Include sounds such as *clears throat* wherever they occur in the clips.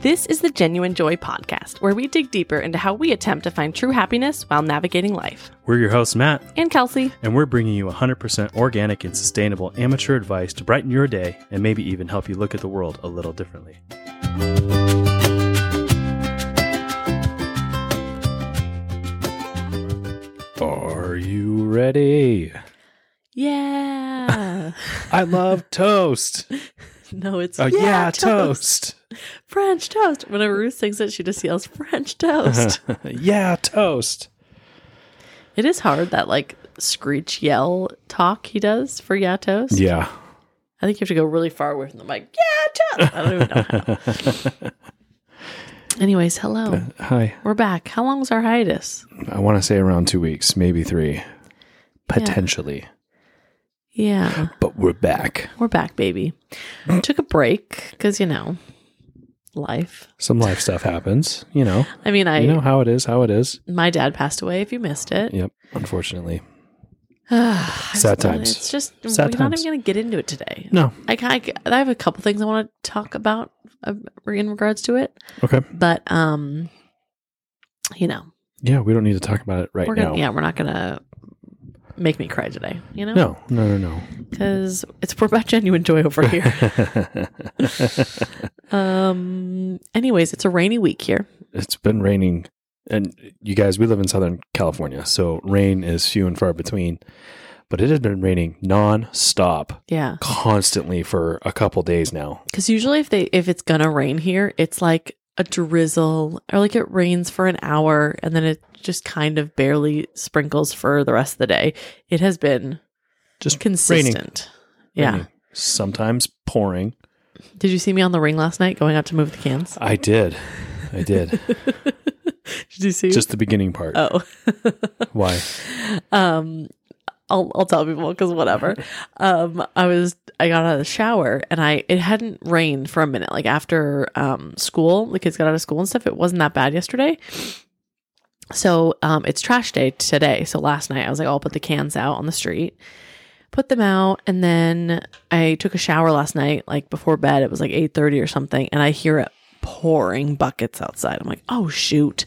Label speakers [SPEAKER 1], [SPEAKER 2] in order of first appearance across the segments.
[SPEAKER 1] This is the Genuine Joy podcast, where we dig deeper into how we attempt to find true happiness while navigating life.
[SPEAKER 2] We're your host, Matt,
[SPEAKER 1] And Kelsey,
[SPEAKER 2] and we're bringing you 100% organic and sustainable amateur advice to brighten your day and maybe even help you look at the world a little differently. Are you ready?
[SPEAKER 1] yeah. *laughs*
[SPEAKER 2] I love *laughs* toast.
[SPEAKER 1] no, it's
[SPEAKER 2] Oh, yeah, toast.
[SPEAKER 1] French toast. Whenever Ruth sings it, she just yells French
[SPEAKER 2] *laughs*
[SPEAKER 1] toast.
[SPEAKER 2] yeah, toast.
[SPEAKER 1] it is hard that like screech yell talk he does for yeah toast.
[SPEAKER 2] Yeah.
[SPEAKER 1] I think you have to go really far away from the mic. Yeah toast. I don't even know how.
[SPEAKER 2] *laughs*
[SPEAKER 1] Anyways,
[SPEAKER 2] Uh,
[SPEAKER 1] hello.
[SPEAKER 2] Hi.
[SPEAKER 1] We're back. How long was our hiatus?
[SPEAKER 2] I want to say around two weeks, maybe three, potentially.
[SPEAKER 1] Yeah,
[SPEAKER 2] But we're back.
[SPEAKER 1] we're back,
[SPEAKER 2] *clears throat*
[SPEAKER 1] baby. Took a break because you know, life.
[SPEAKER 2] Some life stuff happens, you know.
[SPEAKER 1] I mean, I
[SPEAKER 2] You know how it is, how it is.
[SPEAKER 1] my dad passed away. If you missed it,
[SPEAKER 2] Yep, unfortunately.
[SPEAKER 1] I
[SPEAKER 2] Sad
[SPEAKER 1] just wanna-
[SPEAKER 2] times.
[SPEAKER 1] It's just
[SPEAKER 2] Sad
[SPEAKER 1] we're not
[SPEAKER 2] times.
[SPEAKER 1] even going to get into it today.
[SPEAKER 2] No.
[SPEAKER 1] I, ca- I, ca- I have a couple things I want to talk about uh, in regards to it,
[SPEAKER 2] Okay.
[SPEAKER 1] but um, you know,
[SPEAKER 2] Yeah, we don't need to talk about it right
[SPEAKER 1] we're
[SPEAKER 2] now.
[SPEAKER 1] gonna, yeah, we're not going to make me cry today. You know,
[SPEAKER 2] No, no, no,
[SPEAKER 1] because it's we're about genuine joy over here.
[SPEAKER 2] *laughs* no.
[SPEAKER 1] um, anyways, it's a rainy week here.
[SPEAKER 2] it's been raining. And you guys, we live in Southern California, so rain is few and far between. But it has been raining nonstop,
[SPEAKER 1] Yeah,
[SPEAKER 2] constantly for a couple days now.
[SPEAKER 1] because usually if they if it's gonna rain here, it's like a drizzle or like it rains for an hour and then it just kind of barely sprinkles for the rest of the day. It has been
[SPEAKER 2] Just
[SPEAKER 1] consistent. Yeah.
[SPEAKER 2] Raining. Sometimes pouring.
[SPEAKER 1] Did you see me on the ring last night going out to move the cans?
[SPEAKER 2] I did. I did.
[SPEAKER 1] *laughs* Did you see?
[SPEAKER 2] Just the beginning part.
[SPEAKER 1] oh.
[SPEAKER 2] Why?
[SPEAKER 1] um I'll, I'll tell people because *laughs* whatever. Um, I was I got out of the shower and I it hadn't rained for a minute. Like after um school, the kids got out of school and stuff. It wasn't that bad yesterday. So um, it's trash day today. So last night I was like, oh, I'll put the cans out on the street, put them out, and then I took a shower last night, like before bed. It was like eight thirty or something, and I hear it pouring buckets outside. I'm like, oh shoot!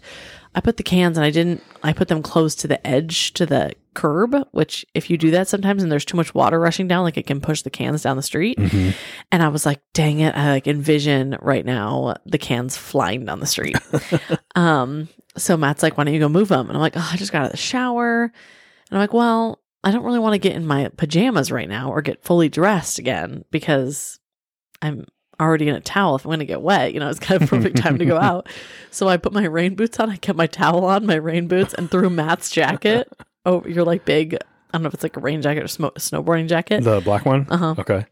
[SPEAKER 1] I put the cans and I didn't. I put them close to the edge to the curb, which if you do that sometimes and there's too much water rushing down, like it can push the cans down the street.
[SPEAKER 2] Mhm.
[SPEAKER 1] And I was like, dang it, I like envision right now the cans flying down the street. um, so Matt's like, why don't you go move them? And I'm like, oh, I just got out of the shower. And I'm like, well, I don't really want to get in my pajamas right now or get fully dressed again because I'm already in a towel. If I'm going to get wet, you know, it's kind of perfect time to go out. So I put my rain boots on. I kept my towel on, my rain boots, and threw Matt's jacket. Oh, you're like big. I don't know if it's like a rain jacket or smo- snowboarding jacket.
[SPEAKER 2] The black one?
[SPEAKER 1] Uh huh.
[SPEAKER 2] Okay.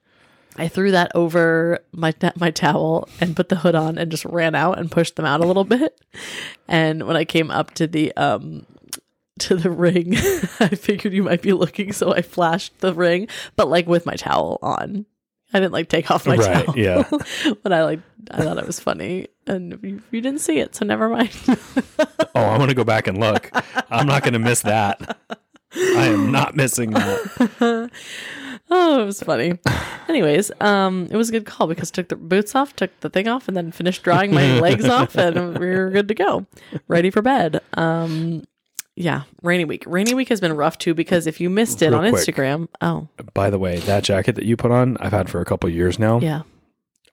[SPEAKER 1] I threw that over my my towel and put the hood on and just ran out and pushed them out a little *laughs* bit. And when I came up to the um to the ring, *laughs* I figured you might be looking, so I flashed the ring, but like with my towel on. I didn't like take off my
[SPEAKER 2] Right,
[SPEAKER 1] towel.
[SPEAKER 2] yeah.
[SPEAKER 1] *laughs* but I like I thought it was funny, and you, you didn't see it, so never mind.
[SPEAKER 2] Oh, I'm going to go back and look. I'm not going to miss that. I am not missing that.
[SPEAKER 1] oh, it was funny. Anyways, um, it was a good call because took the boots off, took the thing off, and then finished drying
[SPEAKER 2] *laughs*
[SPEAKER 1] my legs off, and we were good to go, ready for bed. Um, yeah, rainy week. Rainy week has been rough too because if you missed it
[SPEAKER 2] Real
[SPEAKER 1] on
[SPEAKER 2] quick.
[SPEAKER 1] Instagram, oh
[SPEAKER 2] By the way, that jacket that you put on, I've had for a couple years now.
[SPEAKER 1] yeah,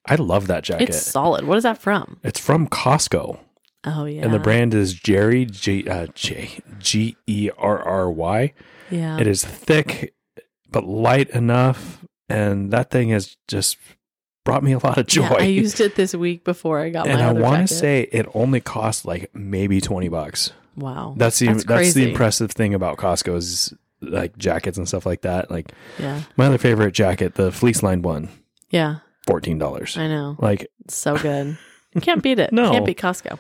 [SPEAKER 2] I love that jacket.
[SPEAKER 1] it's
[SPEAKER 2] It's,
[SPEAKER 1] solid. What is that from?
[SPEAKER 2] from Costco,
[SPEAKER 1] Oh yeah,
[SPEAKER 2] and the brand is Jerry G uh, J G E R R Y.
[SPEAKER 1] Yeah,
[SPEAKER 2] It is thick but light enough, and that thing has just brought me a lot of joy.
[SPEAKER 1] Yeah, I used it this week before I got
[SPEAKER 2] and
[SPEAKER 1] my
[SPEAKER 2] I
[SPEAKER 1] other
[SPEAKER 2] want
[SPEAKER 1] jacket.
[SPEAKER 2] to say it only cost like maybe twenty bucks.
[SPEAKER 1] wow,
[SPEAKER 2] That's the
[SPEAKER 1] That's
[SPEAKER 2] that's,
[SPEAKER 1] crazy.
[SPEAKER 2] the impressive thing about Costco's like jackets and stuff like that. Like
[SPEAKER 1] yeah,
[SPEAKER 2] my other favorite jacket, the fleece lined one,
[SPEAKER 1] yeah,
[SPEAKER 2] fourteen dollars.
[SPEAKER 1] I know.
[SPEAKER 2] Like
[SPEAKER 1] It's so
[SPEAKER 2] *laughs*
[SPEAKER 1] good. You can't beat it.
[SPEAKER 2] No.
[SPEAKER 1] Can't beat Costco.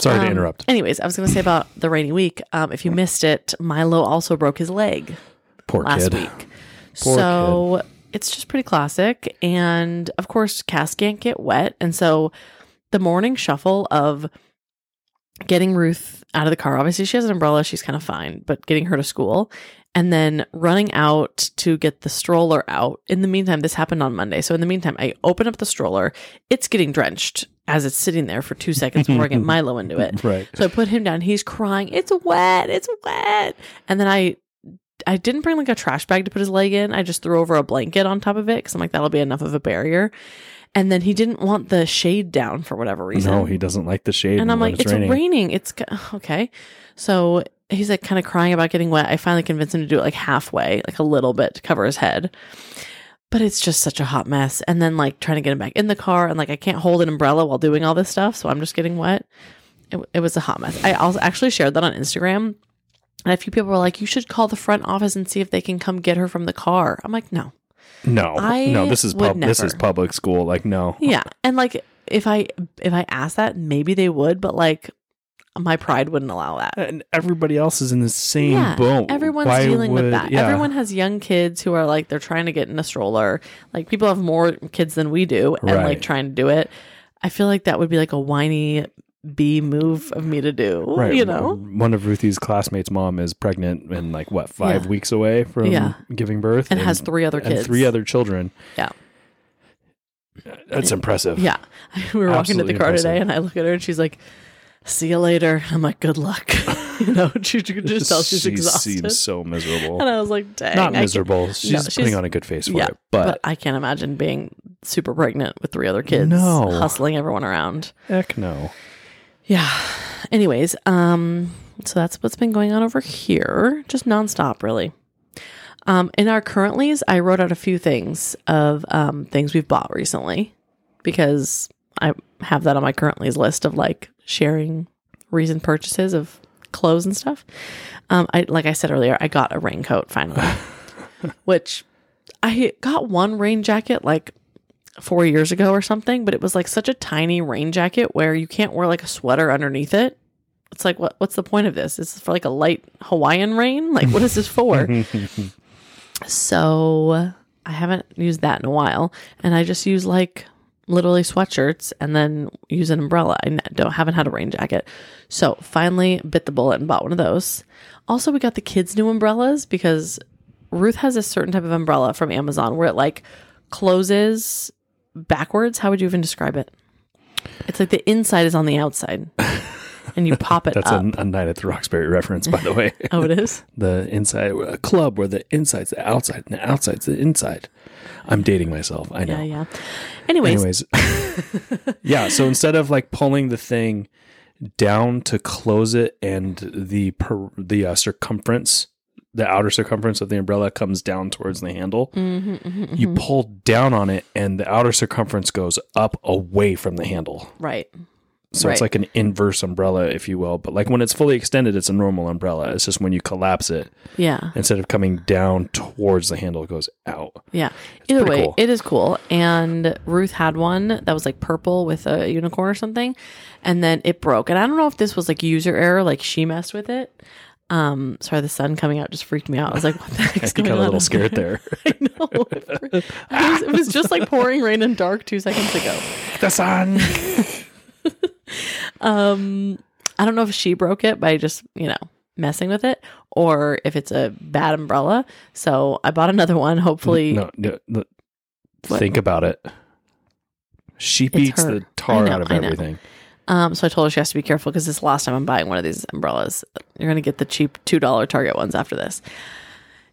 [SPEAKER 2] sorry to
[SPEAKER 1] Um,
[SPEAKER 2] interrupt.
[SPEAKER 1] Anyways, I was going to say about the rainy week. Um, if you missed it, Milo also broke his leg
[SPEAKER 2] Poor
[SPEAKER 1] last
[SPEAKER 2] kid.
[SPEAKER 1] week.
[SPEAKER 2] *laughs* Poor
[SPEAKER 1] so it's just pretty classic. And of course, Cass can't get wet. And so the morning shuffle of getting Ruth out of the car, obviously, she has an umbrella. She's kind of fine, but getting her to school and then running out to get the stroller out. In the meantime, this happened on Monday. So in the meantime, I open up the stroller. It's getting drenched as it's sitting there for two seconds before I
[SPEAKER 2] *laughs*
[SPEAKER 1] get Milo into it.
[SPEAKER 2] Right.
[SPEAKER 1] So I put him down. He's crying. It's wet. It's wet. And then I, I didn't bring like a trash bag to put his leg in. I just threw over a blanket on top of it because I'm like that'll be enough of a barrier. And then he didn't want the shade down for whatever reason.
[SPEAKER 2] No, he doesn't like the shade.
[SPEAKER 1] and I'm
[SPEAKER 2] when
[SPEAKER 1] like, it's, raining. It's g- *sighs* okay. So he's like kind of crying about getting wet. I finally convinced him to do it like halfway, like a little bit to cover his head. But it's just such a hot mess. And then like trying to get him back in the car, and like I can't hold an umbrella while doing all this stuff, so I'm just getting wet. It, it was a hot mess. I also actually shared that on Instagram. And a few people were like, you should call the front office and see if they can come get her from the car. I'm like, no.
[SPEAKER 2] No,
[SPEAKER 1] I
[SPEAKER 2] no, this is
[SPEAKER 1] would
[SPEAKER 2] pub- this is
[SPEAKER 1] never.
[SPEAKER 2] public school. Like, no,
[SPEAKER 1] yeah *laughs* and like if i if i asked that maybe they would but like my pride wouldn't allow that
[SPEAKER 2] and everybody else is in the same
[SPEAKER 1] yeah
[SPEAKER 2] boat.
[SPEAKER 1] everyone's
[SPEAKER 2] Why
[SPEAKER 1] dealing with
[SPEAKER 2] would-
[SPEAKER 1] that
[SPEAKER 2] yeah.
[SPEAKER 1] everyone has young kids who are like they're trying to get in a stroller like people have more kids than we do and
[SPEAKER 2] Right.
[SPEAKER 1] like trying to do it i feel like that would be like a whiny b move of me to do
[SPEAKER 2] Right.
[SPEAKER 1] you know
[SPEAKER 2] one of Ruthie's classmates' mom is pregnant and like what five
[SPEAKER 1] Yeah.
[SPEAKER 2] weeks away from
[SPEAKER 1] Yeah.
[SPEAKER 2] giving birth,
[SPEAKER 1] and has three other
[SPEAKER 2] and
[SPEAKER 1] kids
[SPEAKER 2] three other children.
[SPEAKER 1] Yeah.
[SPEAKER 2] that's
[SPEAKER 1] *laughs*
[SPEAKER 2] impressive. *laughs*
[SPEAKER 1] yeah *laughs* we were walking to
[SPEAKER 2] Absolutely
[SPEAKER 1] the car today
[SPEAKER 2] impressive.
[SPEAKER 1] and i look at her and she's like see you later i'm like good luck *laughs* you know she you could
[SPEAKER 2] *laughs*
[SPEAKER 1] just tell she's
[SPEAKER 2] she
[SPEAKER 1] exhausted
[SPEAKER 2] seems so
[SPEAKER 1] *laughs* and
[SPEAKER 2] miserable.
[SPEAKER 1] i was like dang I
[SPEAKER 2] Not
[SPEAKER 1] can't-
[SPEAKER 2] miserable. She's, putting
[SPEAKER 1] she's-
[SPEAKER 2] on a good face for
[SPEAKER 1] yeah,
[SPEAKER 2] it, but,
[SPEAKER 1] but I can't imagine being super pregnant with three other kids,
[SPEAKER 2] No.
[SPEAKER 1] hustling everyone around.
[SPEAKER 2] heck no.
[SPEAKER 1] Yeah. Anyways, um, so that's what's been going on over here, just nonstop, really. Um, in our currentlies, I wrote out a few things of um, things we've bought recently because I have that on my currentlies list of like sharing recent purchases of clothes and stuff. Um, I like I said earlier, I got a raincoat finally, which I got one rain jacket like four years ago or something, but it was like such a tiny rain jacket where you can't wear like a sweater underneath it. It's like what what's the point of this? Is this for like a light Hawaiian rain? Like what is this for? so I haven't used that in a while. And I just use like literally sweatshirts and then use an umbrella. I n- don't haven't had a rain jacket. So finally bit the bullet and bought one of those. Also we got the kids' new umbrellas because Ruth has a certain type of umbrella from Amazon where it like closes backwards. How would you even describe it? It's like the inside is on the
[SPEAKER 2] *laughs*
[SPEAKER 1] outside, and you pop it
[SPEAKER 2] That's
[SPEAKER 1] up.
[SPEAKER 2] a, a Night at the Roxbury reference, by
[SPEAKER 1] *laughs*
[SPEAKER 2] the way.
[SPEAKER 1] oh, it
[SPEAKER 2] *laughs*
[SPEAKER 1] is.
[SPEAKER 2] the inside a club where the inside's the outside and the outside's the inside. I'm dating myself. I know.
[SPEAKER 1] Yeah, yeah. Anyways,
[SPEAKER 2] Anyways, yeah. So instead of like pulling the thing down to close it, and the per, the uh, circumference, the outer circumference of the umbrella comes down towards the handle. You pull down on it, and the outer circumference goes up away from the handle.
[SPEAKER 1] right.
[SPEAKER 2] So
[SPEAKER 1] Right.
[SPEAKER 2] it's like an inverse umbrella, if you will. But like when it's fully extended, it's a normal umbrella. It's just when you collapse it,
[SPEAKER 1] Yeah,
[SPEAKER 2] instead of coming down towards the handle, it goes out.
[SPEAKER 1] yeah. Either
[SPEAKER 2] pretty
[SPEAKER 1] way,
[SPEAKER 2] cool.
[SPEAKER 1] it is cool. And Ruth had one that was like purple with a unicorn or something, and then it broke. And I don't know if this was like user error, like she messed with it. Um, sorry, the sun coming out just freaked me out. I was like, "What the
[SPEAKER 2] *laughs*
[SPEAKER 1] heck
[SPEAKER 2] I
[SPEAKER 1] is
[SPEAKER 2] think
[SPEAKER 1] going
[SPEAKER 2] got
[SPEAKER 1] on?" *laughs*
[SPEAKER 2] a little
[SPEAKER 1] up there?
[SPEAKER 2] scared there.
[SPEAKER 1] I know. It was, it was just like pouring rain and dark two seconds ago.
[SPEAKER 2] the sun.
[SPEAKER 1] Um, I don't know if she broke it by just, you know, messing with it or if it's a bad umbrella. So I bought another one. Hopefully,
[SPEAKER 2] No, no, no.
[SPEAKER 1] What?
[SPEAKER 2] think about it. She beats
[SPEAKER 1] her.
[SPEAKER 2] the tar
[SPEAKER 1] I know,
[SPEAKER 2] out of
[SPEAKER 1] I know.
[SPEAKER 2] everything.
[SPEAKER 1] um, so I told her she has to be careful because this is the last time I'm buying one of these umbrellas. You're going to get the cheap $2 Target ones after this.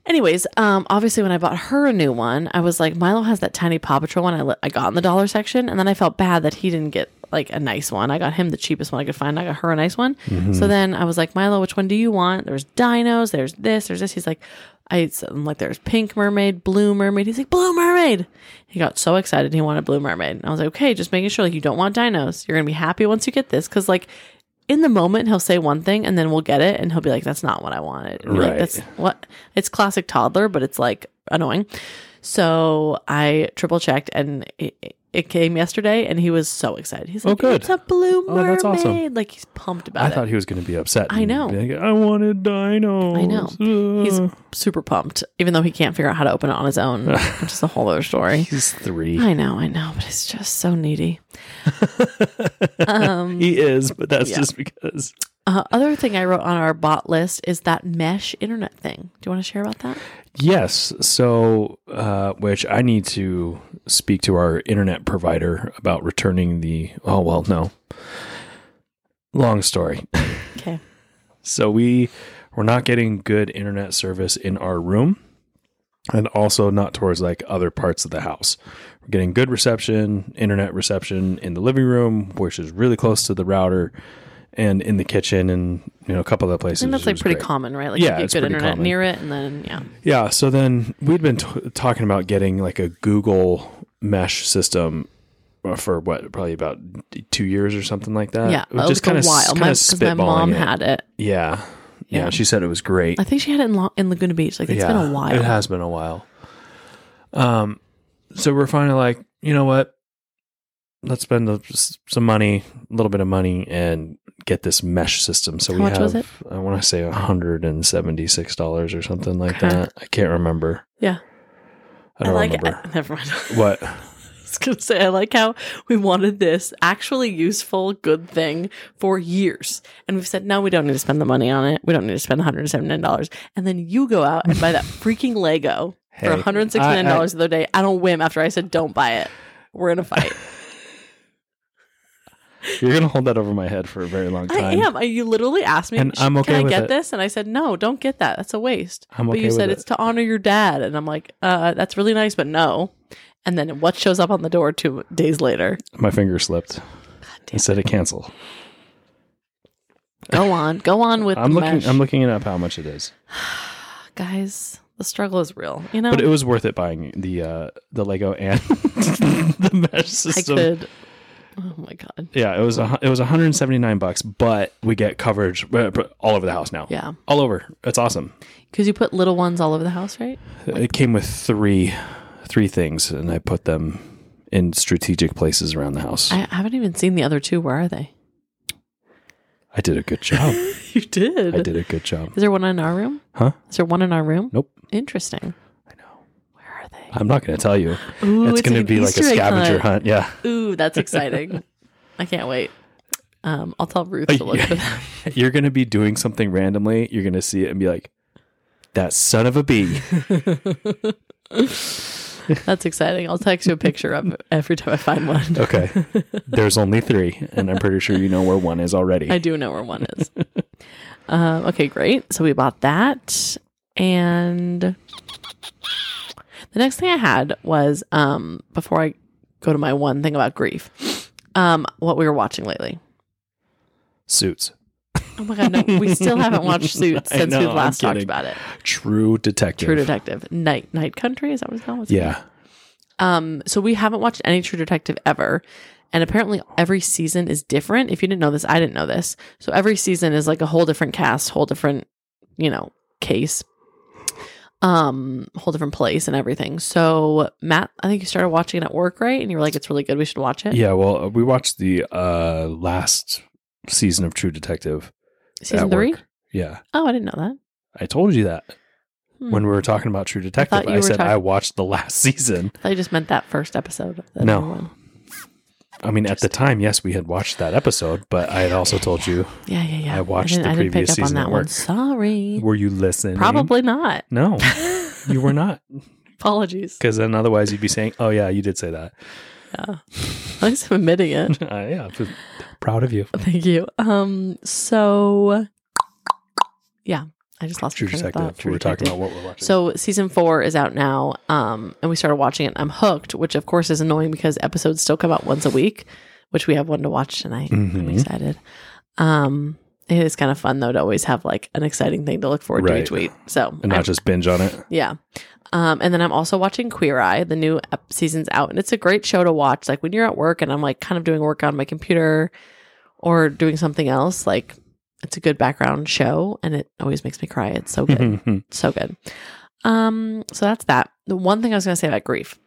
[SPEAKER 1] Anyways, um, obviously, when I bought her a new one, I was like, Milo has that tiny Paw Patrol one I, li- I got in the dollar section. And then I felt bad that he didn't get like a nice one. I got him the cheapest one I could find. I got her a nice one. So then I was like, Milo, which one do you want? There's dinos, there's this, there's this. He's like, I, so I'm like, there's pink mermaid, blue mermaid. He's like, blue mermaid. He got so excited. He wanted blue mermaid. And I was like, okay, just making sure like you don't want dinos. You're going to be happy once you get this. Cause like, in the moment he'll say one thing and then we'll get it and he'll be like that's not what i wanted And be like,
[SPEAKER 2] Right.
[SPEAKER 1] that's what it's classic toddler but it's like annoying so i triple checked and it, it came yesterday and he was so excited he's like
[SPEAKER 2] good.
[SPEAKER 1] it's a blue mermaid
[SPEAKER 2] Oh, that's awesome.
[SPEAKER 1] like he's pumped about
[SPEAKER 2] I
[SPEAKER 1] it
[SPEAKER 2] thought he was going to be upset.
[SPEAKER 1] I
[SPEAKER 2] and
[SPEAKER 1] know.
[SPEAKER 2] be like, I wanted dinos.
[SPEAKER 1] I know.
[SPEAKER 2] Uh,
[SPEAKER 1] he's super pumped even though he can't figure out how to open it on his
[SPEAKER 2] *laughs*
[SPEAKER 1] own which is a whole other story
[SPEAKER 2] he's three.
[SPEAKER 1] i know i know but it's just so needy
[SPEAKER 2] he is, but that's
[SPEAKER 1] Yeah.
[SPEAKER 2] just because
[SPEAKER 1] Uh, other thing I wrote on our bot list is that mesh internet thing. Do you want to share about that?
[SPEAKER 2] Yes. So, uh, which I need to speak to our internet provider about returning the. Oh, well, no. Long story.
[SPEAKER 1] Okay.
[SPEAKER 2] So we we're not getting good internet service in our room and also not towards like other parts of the house. We're getting good reception, internet reception in the living room, which is really close to the router and in the kitchen and you know a couple other places.
[SPEAKER 1] And that's
[SPEAKER 2] which
[SPEAKER 1] like
[SPEAKER 2] is
[SPEAKER 1] pretty
[SPEAKER 2] great.
[SPEAKER 1] common, right? Like
[SPEAKER 2] Yeah,
[SPEAKER 1] you get
[SPEAKER 2] it's
[SPEAKER 1] good
[SPEAKER 2] pretty
[SPEAKER 1] internet
[SPEAKER 2] common.
[SPEAKER 1] near it, and then yeah,
[SPEAKER 2] Yeah, so then we'd been t- talking about getting like a Google mesh system uh, for what probably about 2 years or something like that.
[SPEAKER 1] yeah.
[SPEAKER 2] It was
[SPEAKER 1] it
[SPEAKER 2] Uh, just
[SPEAKER 1] was
[SPEAKER 2] kind of
[SPEAKER 1] a while. My, 'cause my mom had it.
[SPEAKER 2] yeah. yeah.
[SPEAKER 1] Yeah.
[SPEAKER 2] she said it was great.
[SPEAKER 1] I think she had it in, La- in Laguna Beach. Like it's been a while.
[SPEAKER 2] It has been a while. Um, so we're finally like, you know what? Let's spend a- some money, a little bit of money, and get this mesh system. So
[SPEAKER 1] How
[SPEAKER 2] we
[SPEAKER 1] much
[SPEAKER 2] have,
[SPEAKER 1] was it?
[SPEAKER 2] I want to say, one hundred and seventy-six dollars or something like
[SPEAKER 1] Okay.
[SPEAKER 2] that. I can't remember.
[SPEAKER 1] Yeah.
[SPEAKER 2] I don't
[SPEAKER 1] like.
[SPEAKER 2] remember
[SPEAKER 1] I- *laughs* never mind.
[SPEAKER 2] what.
[SPEAKER 1] I was gonna say I like how we wanted this actually useful, good thing for years, and we've said no, we don't need to spend the money on it. We don't need to spend one hundred seventy nine dollars, and then you go out and
[SPEAKER 2] *laughs*
[SPEAKER 1] buy that freaking Lego for
[SPEAKER 2] Hey,
[SPEAKER 1] one hundred sixty nine dollars the other day. I don't whim after I said don't buy it. We're in a fight.
[SPEAKER 2] You're gonna hold that over my head for a very long time.
[SPEAKER 1] I am. I, you literally asked me,
[SPEAKER 2] And
[SPEAKER 1] "Sh-
[SPEAKER 2] I'm okay
[SPEAKER 1] can I
[SPEAKER 2] with
[SPEAKER 1] get
[SPEAKER 2] it.
[SPEAKER 1] this? And I said, no, don't get that. That's a waste.
[SPEAKER 2] I'm
[SPEAKER 1] but
[SPEAKER 2] okay
[SPEAKER 1] you
[SPEAKER 2] with
[SPEAKER 1] said
[SPEAKER 2] it.
[SPEAKER 1] it's to honor your dad. And I'm like, uh, that's really nice, but no. And then what shows up on the door two days later?
[SPEAKER 2] My finger slipped. It said to cancel. *laughs*
[SPEAKER 1] Go on. Go on with
[SPEAKER 2] I'm
[SPEAKER 1] the
[SPEAKER 2] looking.
[SPEAKER 1] mesh.
[SPEAKER 2] I'm looking it up how much it is,
[SPEAKER 1] Guys, the struggle is real. You know,
[SPEAKER 2] but it was worth it buying the uh, the Lego and *laughs* the mesh
[SPEAKER 1] I
[SPEAKER 2] system.
[SPEAKER 1] could. Oh my God.
[SPEAKER 2] Yeah, it was a, hu- it was 179 bucks, but we get coverage uh, pr- all over the house now.
[SPEAKER 1] Yeah.
[SPEAKER 2] all over. That's awesome.
[SPEAKER 1] Because you put little ones all over the house, right?
[SPEAKER 2] It came with three three things, and I put them in strategic places around the house. I,
[SPEAKER 1] I I haven't even seen the other two. Where are they? *laughs*
[SPEAKER 2] did a good job.
[SPEAKER 1] You did.
[SPEAKER 2] I did a
[SPEAKER 1] *laughs*
[SPEAKER 2] good job.
[SPEAKER 1] Is there one in our room?
[SPEAKER 2] Huh?
[SPEAKER 1] Is there one in our room?
[SPEAKER 2] Nope.
[SPEAKER 1] Interesting.
[SPEAKER 2] I know.
[SPEAKER 1] Where are they?
[SPEAKER 2] I'm not going to tell you.
[SPEAKER 1] Ooh,
[SPEAKER 2] it's going to
[SPEAKER 1] an
[SPEAKER 2] be like
[SPEAKER 1] Easter
[SPEAKER 2] a
[SPEAKER 1] egg
[SPEAKER 2] scavenger hunt. Yeah.
[SPEAKER 1] Ooh,
[SPEAKER 2] *laughs*
[SPEAKER 1] that's exciting. I can't wait. Um, I'll tell Ruth to look for that.
[SPEAKER 2] You're going to be doing something randomly. You're going to see it and be like, "That son of a bee." *laughs*
[SPEAKER 1] That's exciting. I'll text you a picture of it every time I find one. *laughs*
[SPEAKER 2] Okay. There's only three, and I'm pretty sure you know where one is already.
[SPEAKER 1] I do know where one is. um, okay, great. So we bought that. And the next thing I had was um, before I go to my one thing about grief, um, what we were watching lately.
[SPEAKER 2] Suits.
[SPEAKER 1] Oh my God, no, we still haven't
[SPEAKER 2] *laughs*
[SPEAKER 1] watched Suits
[SPEAKER 2] I
[SPEAKER 1] since
[SPEAKER 2] know,
[SPEAKER 1] we've
[SPEAKER 2] I'm
[SPEAKER 1] last talked
[SPEAKER 2] kidding.
[SPEAKER 1] about it.
[SPEAKER 2] True detective.
[SPEAKER 1] True Detective. Night Night Country, is that what it's called? What's it called?
[SPEAKER 2] Yeah.
[SPEAKER 1] Um, so we haven't watched any True Detective ever. And apparently every season is different. If you didn't know this, I didn't know this. So every season is like a whole different cast, whole different, you know, case. Um, whole different place and everything. So Matt, I think you started watching it at work, right? And you were like, it's really good, we should watch it.
[SPEAKER 2] Yeah, well, uh, we watched the uh last season of True Detective.
[SPEAKER 1] Season
[SPEAKER 2] at
[SPEAKER 1] three?
[SPEAKER 2] work. Yeah.
[SPEAKER 1] Oh, I didn't know that.
[SPEAKER 2] I told you that
[SPEAKER 1] Hmm.
[SPEAKER 2] when we were talking about True Detective.
[SPEAKER 1] you
[SPEAKER 2] I,
[SPEAKER 1] were
[SPEAKER 2] said
[SPEAKER 1] talking-
[SPEAKER 2] I watched the last *laughs* season.
[SPEAKER 1] I just meant that first episode. Of the
[SPEAKER 2] No.
[SPEAKER 1] new one.
[SPEAKER 2] I mean, at the time, yes, we had watched that episode, but I had also
[SPEAKER 1] *laughs*
[SPEAKER 2] told you,
[SPEAKER 1] Yeah, yeah, yeah.
[SPEAKER 2] I watched
[SPEAKER 1] didn't-
[SPEAKER 2] the
[SPEAKER 1] didn't
[SPEAKER 2] previous season at
[SPEAKER 1] one.
[SPEAKER 2] work.
[SPEAKER 1] Sorry.
[SPEAKER 2] were you listening?
[SPEAKER 1] Probably not. *laughs*
[SPEAKER 2] No, you were not.
[SPEAKER 1] Apologies.
[SPEAKER 2] Because then otherwise you'd be saying, oh, yeah, you did say that. *laughs*
[SPEAKER 1] At least I'm admitting it.
[SPEAKER 2] Uh, yeah, I'm just proud of you.
[SPEAKER 1] Thank you. Um. So, yeah, I just lost my
[SPEAKER 2] True
[SPEAKER 1] train of
[SPEAKER 2] Detective.
[SPEAKER 1] thought. True
[SPEAKER 2] we were talking
[SPEAKER 1] Detective.
[SPEAKER 2] about what we're watching.
[SPEAKER 1] So season four is out now, um, and we started watching it. I'm hooked, which of course is annoying because episodes still come out once a week, which we have one to watch tonight. I'm
[SPEAKER 2] Mhm.
[SPEAKER 1] excited. Um, it is kind of fun though to always have like an exciting thing to look forward to
[SPEAKER 2] Right.
[SPEAKER 1] each week. So
[SPEAKER 2] and
[SPEAKER 1] I'm-
[SPEAKER 2] not just binge on it.
[SPEAKER 1] yeah. Um, and then I'm also watching Queer Eye. The new ep- season's out, and it's a great show to watch. Like when you're at work and I'm like kind of doing work on my computer or doing something else, like it's a good background show and it always makes me cry. It's so
[SPEAKER 2] Mm-hmm.
[SPEAKER 1] good. so good. Um, so that's that. The one thing I was gonna say about grief.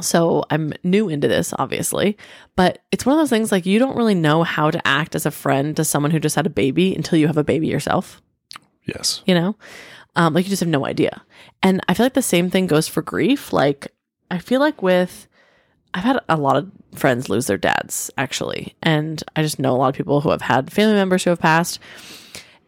[SPEAKER 1] So I'm new into this, obviously, but it's one of those things like you don't really know how to act as a friend to someone who just had a baby until you have a baby yourself
[SPEAKER 2] *laughs* yes.
[SPEAKER 1] you know um, like you just have no idea and i feel like the same thing goes for grief like i feel like with I've had a lot of friends lose their dads actually, and I just know a lot of people who have had family members who have passed,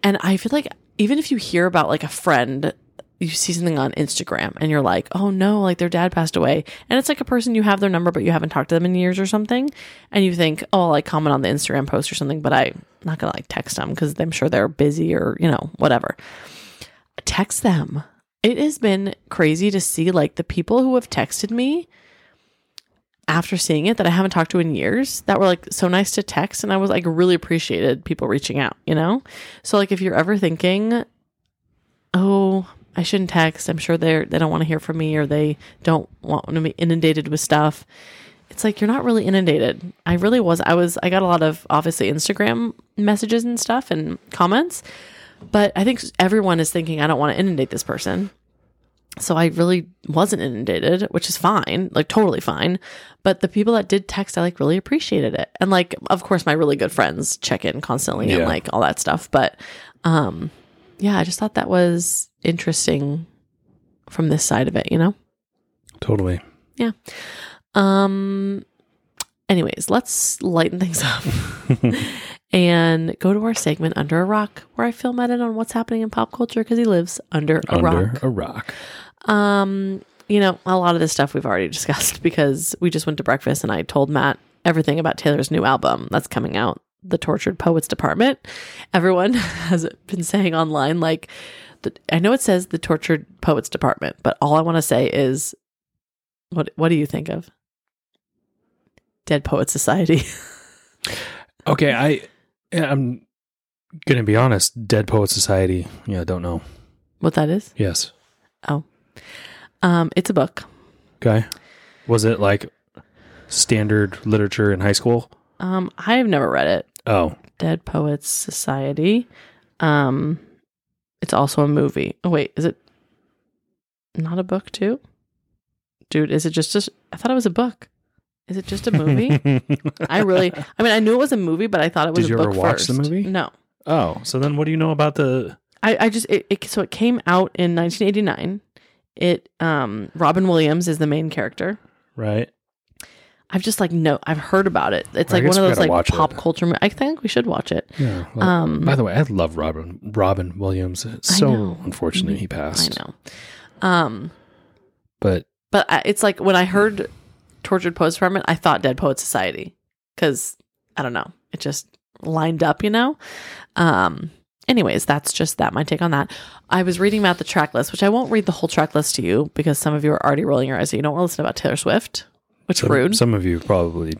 [SPEAKER 1] and I feel like even if you hear about like a friend. You see something on Instagram and you're like, oh no, like their dad passed away. And it's like a person you have their number, but you haven't talked to them in years or something. And you think, oh, I'll like comment on the Instagram post or something, but I'm not going to like text them because I'm sure they're busy or, you know, whatever text them. It has been crazy to see like the people who have texted me after seeing it that I haven't talked to in years that were like so nice to text and I was like really appreciated people reaching out, you know? So like if you're ever thinking, "Oh, I shouldn't text. I'm sure they're they don't want to hear from me or they don't want to be inundated with stuff." It's like you're not really inundated. I really was I was I got a lot of obviously Instagram messages and stuff and comments but I think everyone is thinking, I don't want to inundate this person. So I really wasn't inundated, which is fine, like totally fine. But the people that did text, I like really appreciated it. And like, of course, my really good friends check in constantly
[SPEAKER 2] Yeah.
[SPEAKER 1] and like all that stuff. But um, yeah, I just thought that was interesting from this side of it, you know?
[SPEAKER 2] Totally.
[SPEAKER 1] Um, anyways, let's lighten things up and go to our segment Under a Rock, where I fill Matt in on what's happening in pop culture because he lives under a
[SPEAKER 2] Under
[SPEAKER 1] rock.
[SPEAKER 2] a rock.
[SPEAKER 1] Um, you know, a lot of this stuff we've already *laughs* discussed because we just went to breakfast and I told Matt everything about Taylor's new album that's coming out, The Tortured Poets Department. Everyone *laughs* has been saying online, like, the, I know it says The Tortured Poets Department, but all I want to say is, what what do you think of? Dead Poets Society. *laughs*
[SPEAKER 2] Okay, I I'm gonna be honest. Dead Poet Society. Yeah, don't know.
[SPEAKER 1] what that is?
[SPEAKER 2] Yes.
[SPEAKER 1] Um, it's a book.
[SPEAKER 2] Okay. Was it like standard literature in high school?
[SPEAKER 1] Um, I've never read it. *laughs*
[SPEAKER 2] Oh,
[SPEAKER 1] Dead Poets Society. Um, it's also a movie. Oh wait, is it not a book too? Dude, is it just just? I thought it was a book. Is it just a
[SPEAKER 2] *laughs*
[SPEAKER 1] movie? I really, I mean, I knew it was a movie, but I thought it was. a
[SPEAKER 2] Did you ever
[SPEAKER 1] book
[SPEAKER 2] watch
[SPEAKER 1] first.
[SPEAKER 2] the movie?
[SPEAKER 1] No,
[SPEAKER 2] oh, so then what do you know about the?
[SPEAKER 1] I, I just it, it. So it came out in 1989. It um Robin Williams is the main character.
[SPEAKER 2] Right.
[SPEAKER 1] I've just like no, I've heard about it. It's
[SPEAKER 2] I
[SPEAKER 1] like one
[SPEAKER 2] guess
[SPEAKER 1] of
[SPEAKER 2] we
[SPEAKER 1] those
[SPEAKER 2] gotta
[SPEAKER 1] like
[SPEAKER 2] watch it.
[SPEAKER 1] pop culture. mo- I think we should watch it.
[SPEAKER 2] Yeah. well,
[SPEAKER 1] Um,
[SPEAKER 2] by the way, I love Robin Robin Williams. It's so
[SPEAKER 1] know.
[SPEAKER 2] unfortunate he
[SPEAKER 1] I
[SPEAKER 2] passed.
[SPEAKER 1] know. Um,
[SPEAKER 2] But
[SPEAKER 1] But I, it's like when I heard Tortured Poets Department, I thought Dead Poets Society because I don't know, it just lined up, you know. Um. Anyways, that's just that. My take on that. I was reading about the track list, which I won't read the whole track list to you because some of you are already rolling your eyes. that You don't want to listen about Taylor Swift, which
[SPEAKER 2] some,
[SPEAKER 1] rude.
[SPEAKER 2] some of you probably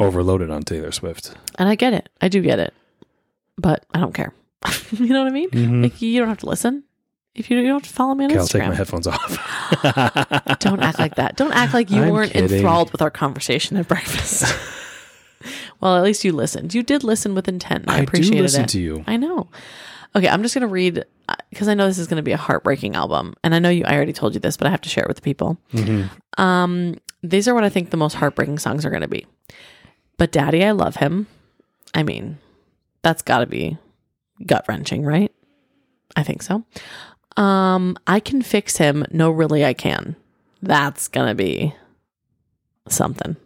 [SPEAKER 2] overloaded on Taylor Swift.
[SPEAKER 1] and I get it. I do get it, but I don't care. *laughs* you know what I mean?
[SPEAKER 2] Mhm.
[SPEAKER 1] Like you don't have to listen. If you you don't have to follow me on
[SPEAKER 2] Okay,
[SPEAKER 1] Instagram,
[SPEAKER 2] I'll take my headphones off.
[SPEAKER 1] Don't act like that. Don't act like you
[SPEAKER 2] I'm
[SPEAKER 1] weren't
[SPEAKER 2] kidding.
[SPEAKER 1] enthralled with our conversation at
[SPEAKER 2] *laughs*
[SPEAKER 1] breakfast. well, at least you listened. You did listen with intent. and I,
[SPEAKER 2] I do
[SPEAKER 1] appreciated
[SPEAKER 2] listen
[SPEAKER 1] it.
[SPEAKER 2] to you.
[SPEAKER 1] I know. Okay, I'm just going to read because I know this is going to be a heartbreaking album. And I know you, I already told you this, but I have to share it with the people. Um, these are what I think the most heartbreaking songs are going to be. But Daddy, I Love Him. I mean, that's got to be gut wrenching, right? I think so. Um, I Can Fix Him. No, really, I can. That's going to be something.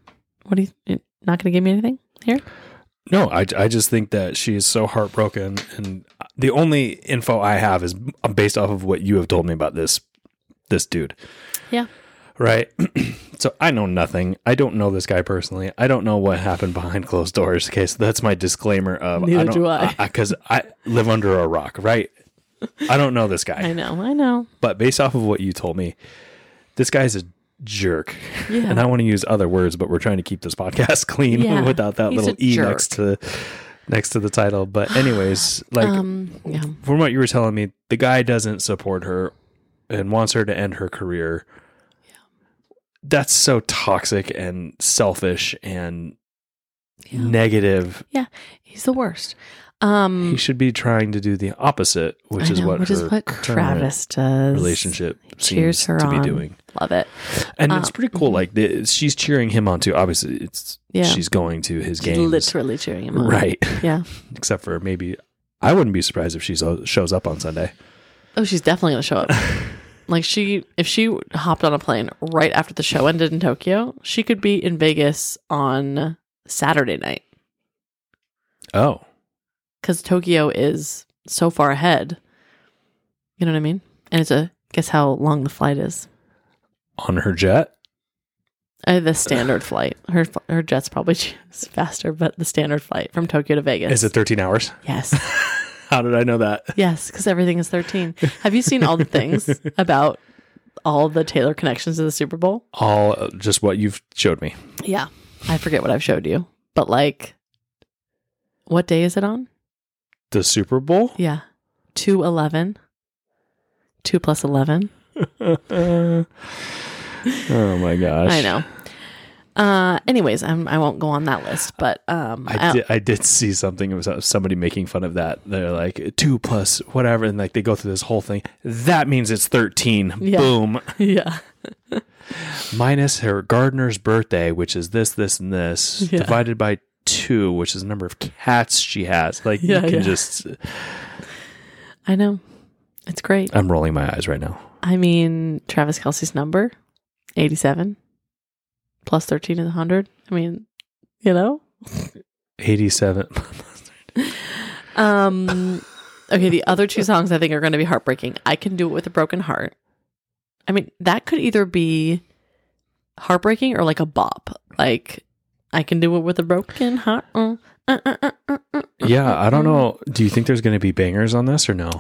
[SPEAKER 1] What do you, you're not going to give me anything here?
[SPEAKER 2] No, I, I just think that she is so heartbroken. And the only info I have is based off of what you have told me about this this dude.
[SPEAKER 1] Yeah.
[SPEAKER 2] Right. *clears throat* so I know nothing. I don't know this guy personally. I don't know what happened behind closed doors. Okay. So that's my disclaimer of
[SPEAKER 1] Neither
[SPEAKER 2] I don't,
[SPEAKER 1] do I.
[SPEAKER 2] Because I, live under a rock. Right. I don't know this
[SPEAKER 1] *laughs* I
[SPEAKER 2] guy.
[SPEAKER 1] know. I know.
[SPEAKER 2] But based off of what you told me, this guy's a jerk.
[SPEAKER 1] Yeah.
[SPEAKER 2] And I want to use other words, but we're trying to keep this podcast *laughs* clean
[SPEAKER 1] Yeah.
[SPEAKER 2] without that
[SPEAKER 1] He's
[SPEAKER 2] little
[SPEAKER 1] a
[SPEAKER 2] e
[SPEAKER 1] jerk.
[SPEAKER 2] next to next to the title.
[SPEAKER 1] *sighs*
[SPEAKER 2] But anyways, like
[SPEAKER 1] Um, yeah.
[SPEAKER 2] from what you were telling me, the guy doesn't support her and wants her to end her career. That's so toxic and selfish and
[SPEAKER 1] Yeah.
[SPEAKER 2] negative.
[SPEAKER 1] He's the worst. Um,
[SPEAKER 2] He should be trying to do the opposite, which
[SPEAKER 1] I
[SPEAKER 2] is
[SPEAKER 1] know,
[SPEAKER 2] what
[SPEAKER 1] which
[SPEAKER 2] her
[SPEAKER 1] is what
[SPEAKER 2] current
[SPEAKER 1] Travis does.
[SPEAKER 2] relationship
[SPEAKER 1] cheers
[SPEAKER 2] seems
[SPEAKER 1] her
[SPEAKER 2] to
[SPEAKER 1] on.
[SPEAKER 2] be doing.
[SPEAKER 1] Love it.
[SPEAKER 2] And it's
[SPEAKER 1] Um,
[SPEAKER 2] pretty cool. Like the, she's cheering him on too. Obviously, it's
[SPEAKER 1] Yeah.
[SPEAKER 2] she's going to his
[SPEAKER 1] She's
[SPEAKER 2] games,
[SPEAKER 1] literally cheering him on.
[SPEAKER 2] right? *laughs*
[SPEAKER 1] Yeah.
[SPEAKER 2] Except for maybe I wouldn't be surprised if she so- shows up on Sunday. *laughs*
[SPEAKER 1] Oh, she's definitely gonna show up. Like she, if she hopped on a plane right after the show ended in Tokyo, she could be in Vegas on Saturday night
[SPEAKER 2] Oh,
[SPEAKER 1] because Tokyo is so far ahead. You know what I mean? And it's a guess how long the flight is.
[SPEAKER 2] on her jet.
[SPEAKER 1] Uh, the standard flight. Her fl- her jet's probably *laughs* just faster, but the standard flight from Tokyo to Vegas.
[SPEAKER 2] Is it 13 hours?
[SPEAKER 1] Yes.
[SPEAKER 2] *laughs* How did I know that?
[SPEAKER 1] Yes, because everything is 13. Have you seen all the things about all the Taylor connections to the Super Bowl?
[SPEAKER 2] All uh, just what you've showed me.
[SPEAKER 1] Yeah. I forget what I've showed you, but like, what day is it on?
[SPEAKER 2] The Super Bowl?
[SPEAKER 1] Yeah. 2 11. 2 plus 11.
[SPEAKER 2] *laughs* oh my gosh.
[SPEAKER 1] I know. Uh, anyways, I'm, I won't go on that list, but um,
[SPEAKER 2] I
[SPEAKER 1] I-
[SPEAKER 2] did, I did see something of somebody making fun of that. They're like two plus whatever, and like they go through this whole thing. That means it's thirteen.
[SPEAKER 1] Yeah.
[SPEAKER 2] Boom.
[SPEAKER 1] *laughs* yeah,
[SPEAKER 2] Minus her gardener's birthday, which is this, this, and this,
[SPEAKER 1] *laughs* Yeah.
[SPEAKER 2] divided by two, which is the number of cats she has. Like
[SPEAKER 1] Yeah,
[SPEAKER 2] you can
[SPEAKER 1] yeah.
[SPEAKER 2] just.
[SPEAKER 1] I know. It's great.
[SPEAKER 2] I'm rolling my eyes right now.
[SPEAKER 1] I mean, Travis Kelsey's number, 87, plus 13 is 100. I mean, you know?
[SPEAKER 2] Eighty-seven. *laughs*
[SPEAKER 1] Um, okay, the other two songs I think are going to be heartbreaking. I Can Do It With a Broken Heart. I mean, that could either be heartbreaking or like a bop. Like, I Can Do It With a Broken Heart. Uh, uh, uh, uh, uh, uh.
[SPEAKER 2] yeah, I
[SPEAKER 1] *laughs*
[SPEAKER 2] don't know. Do you think there's going to be bangers on this or no?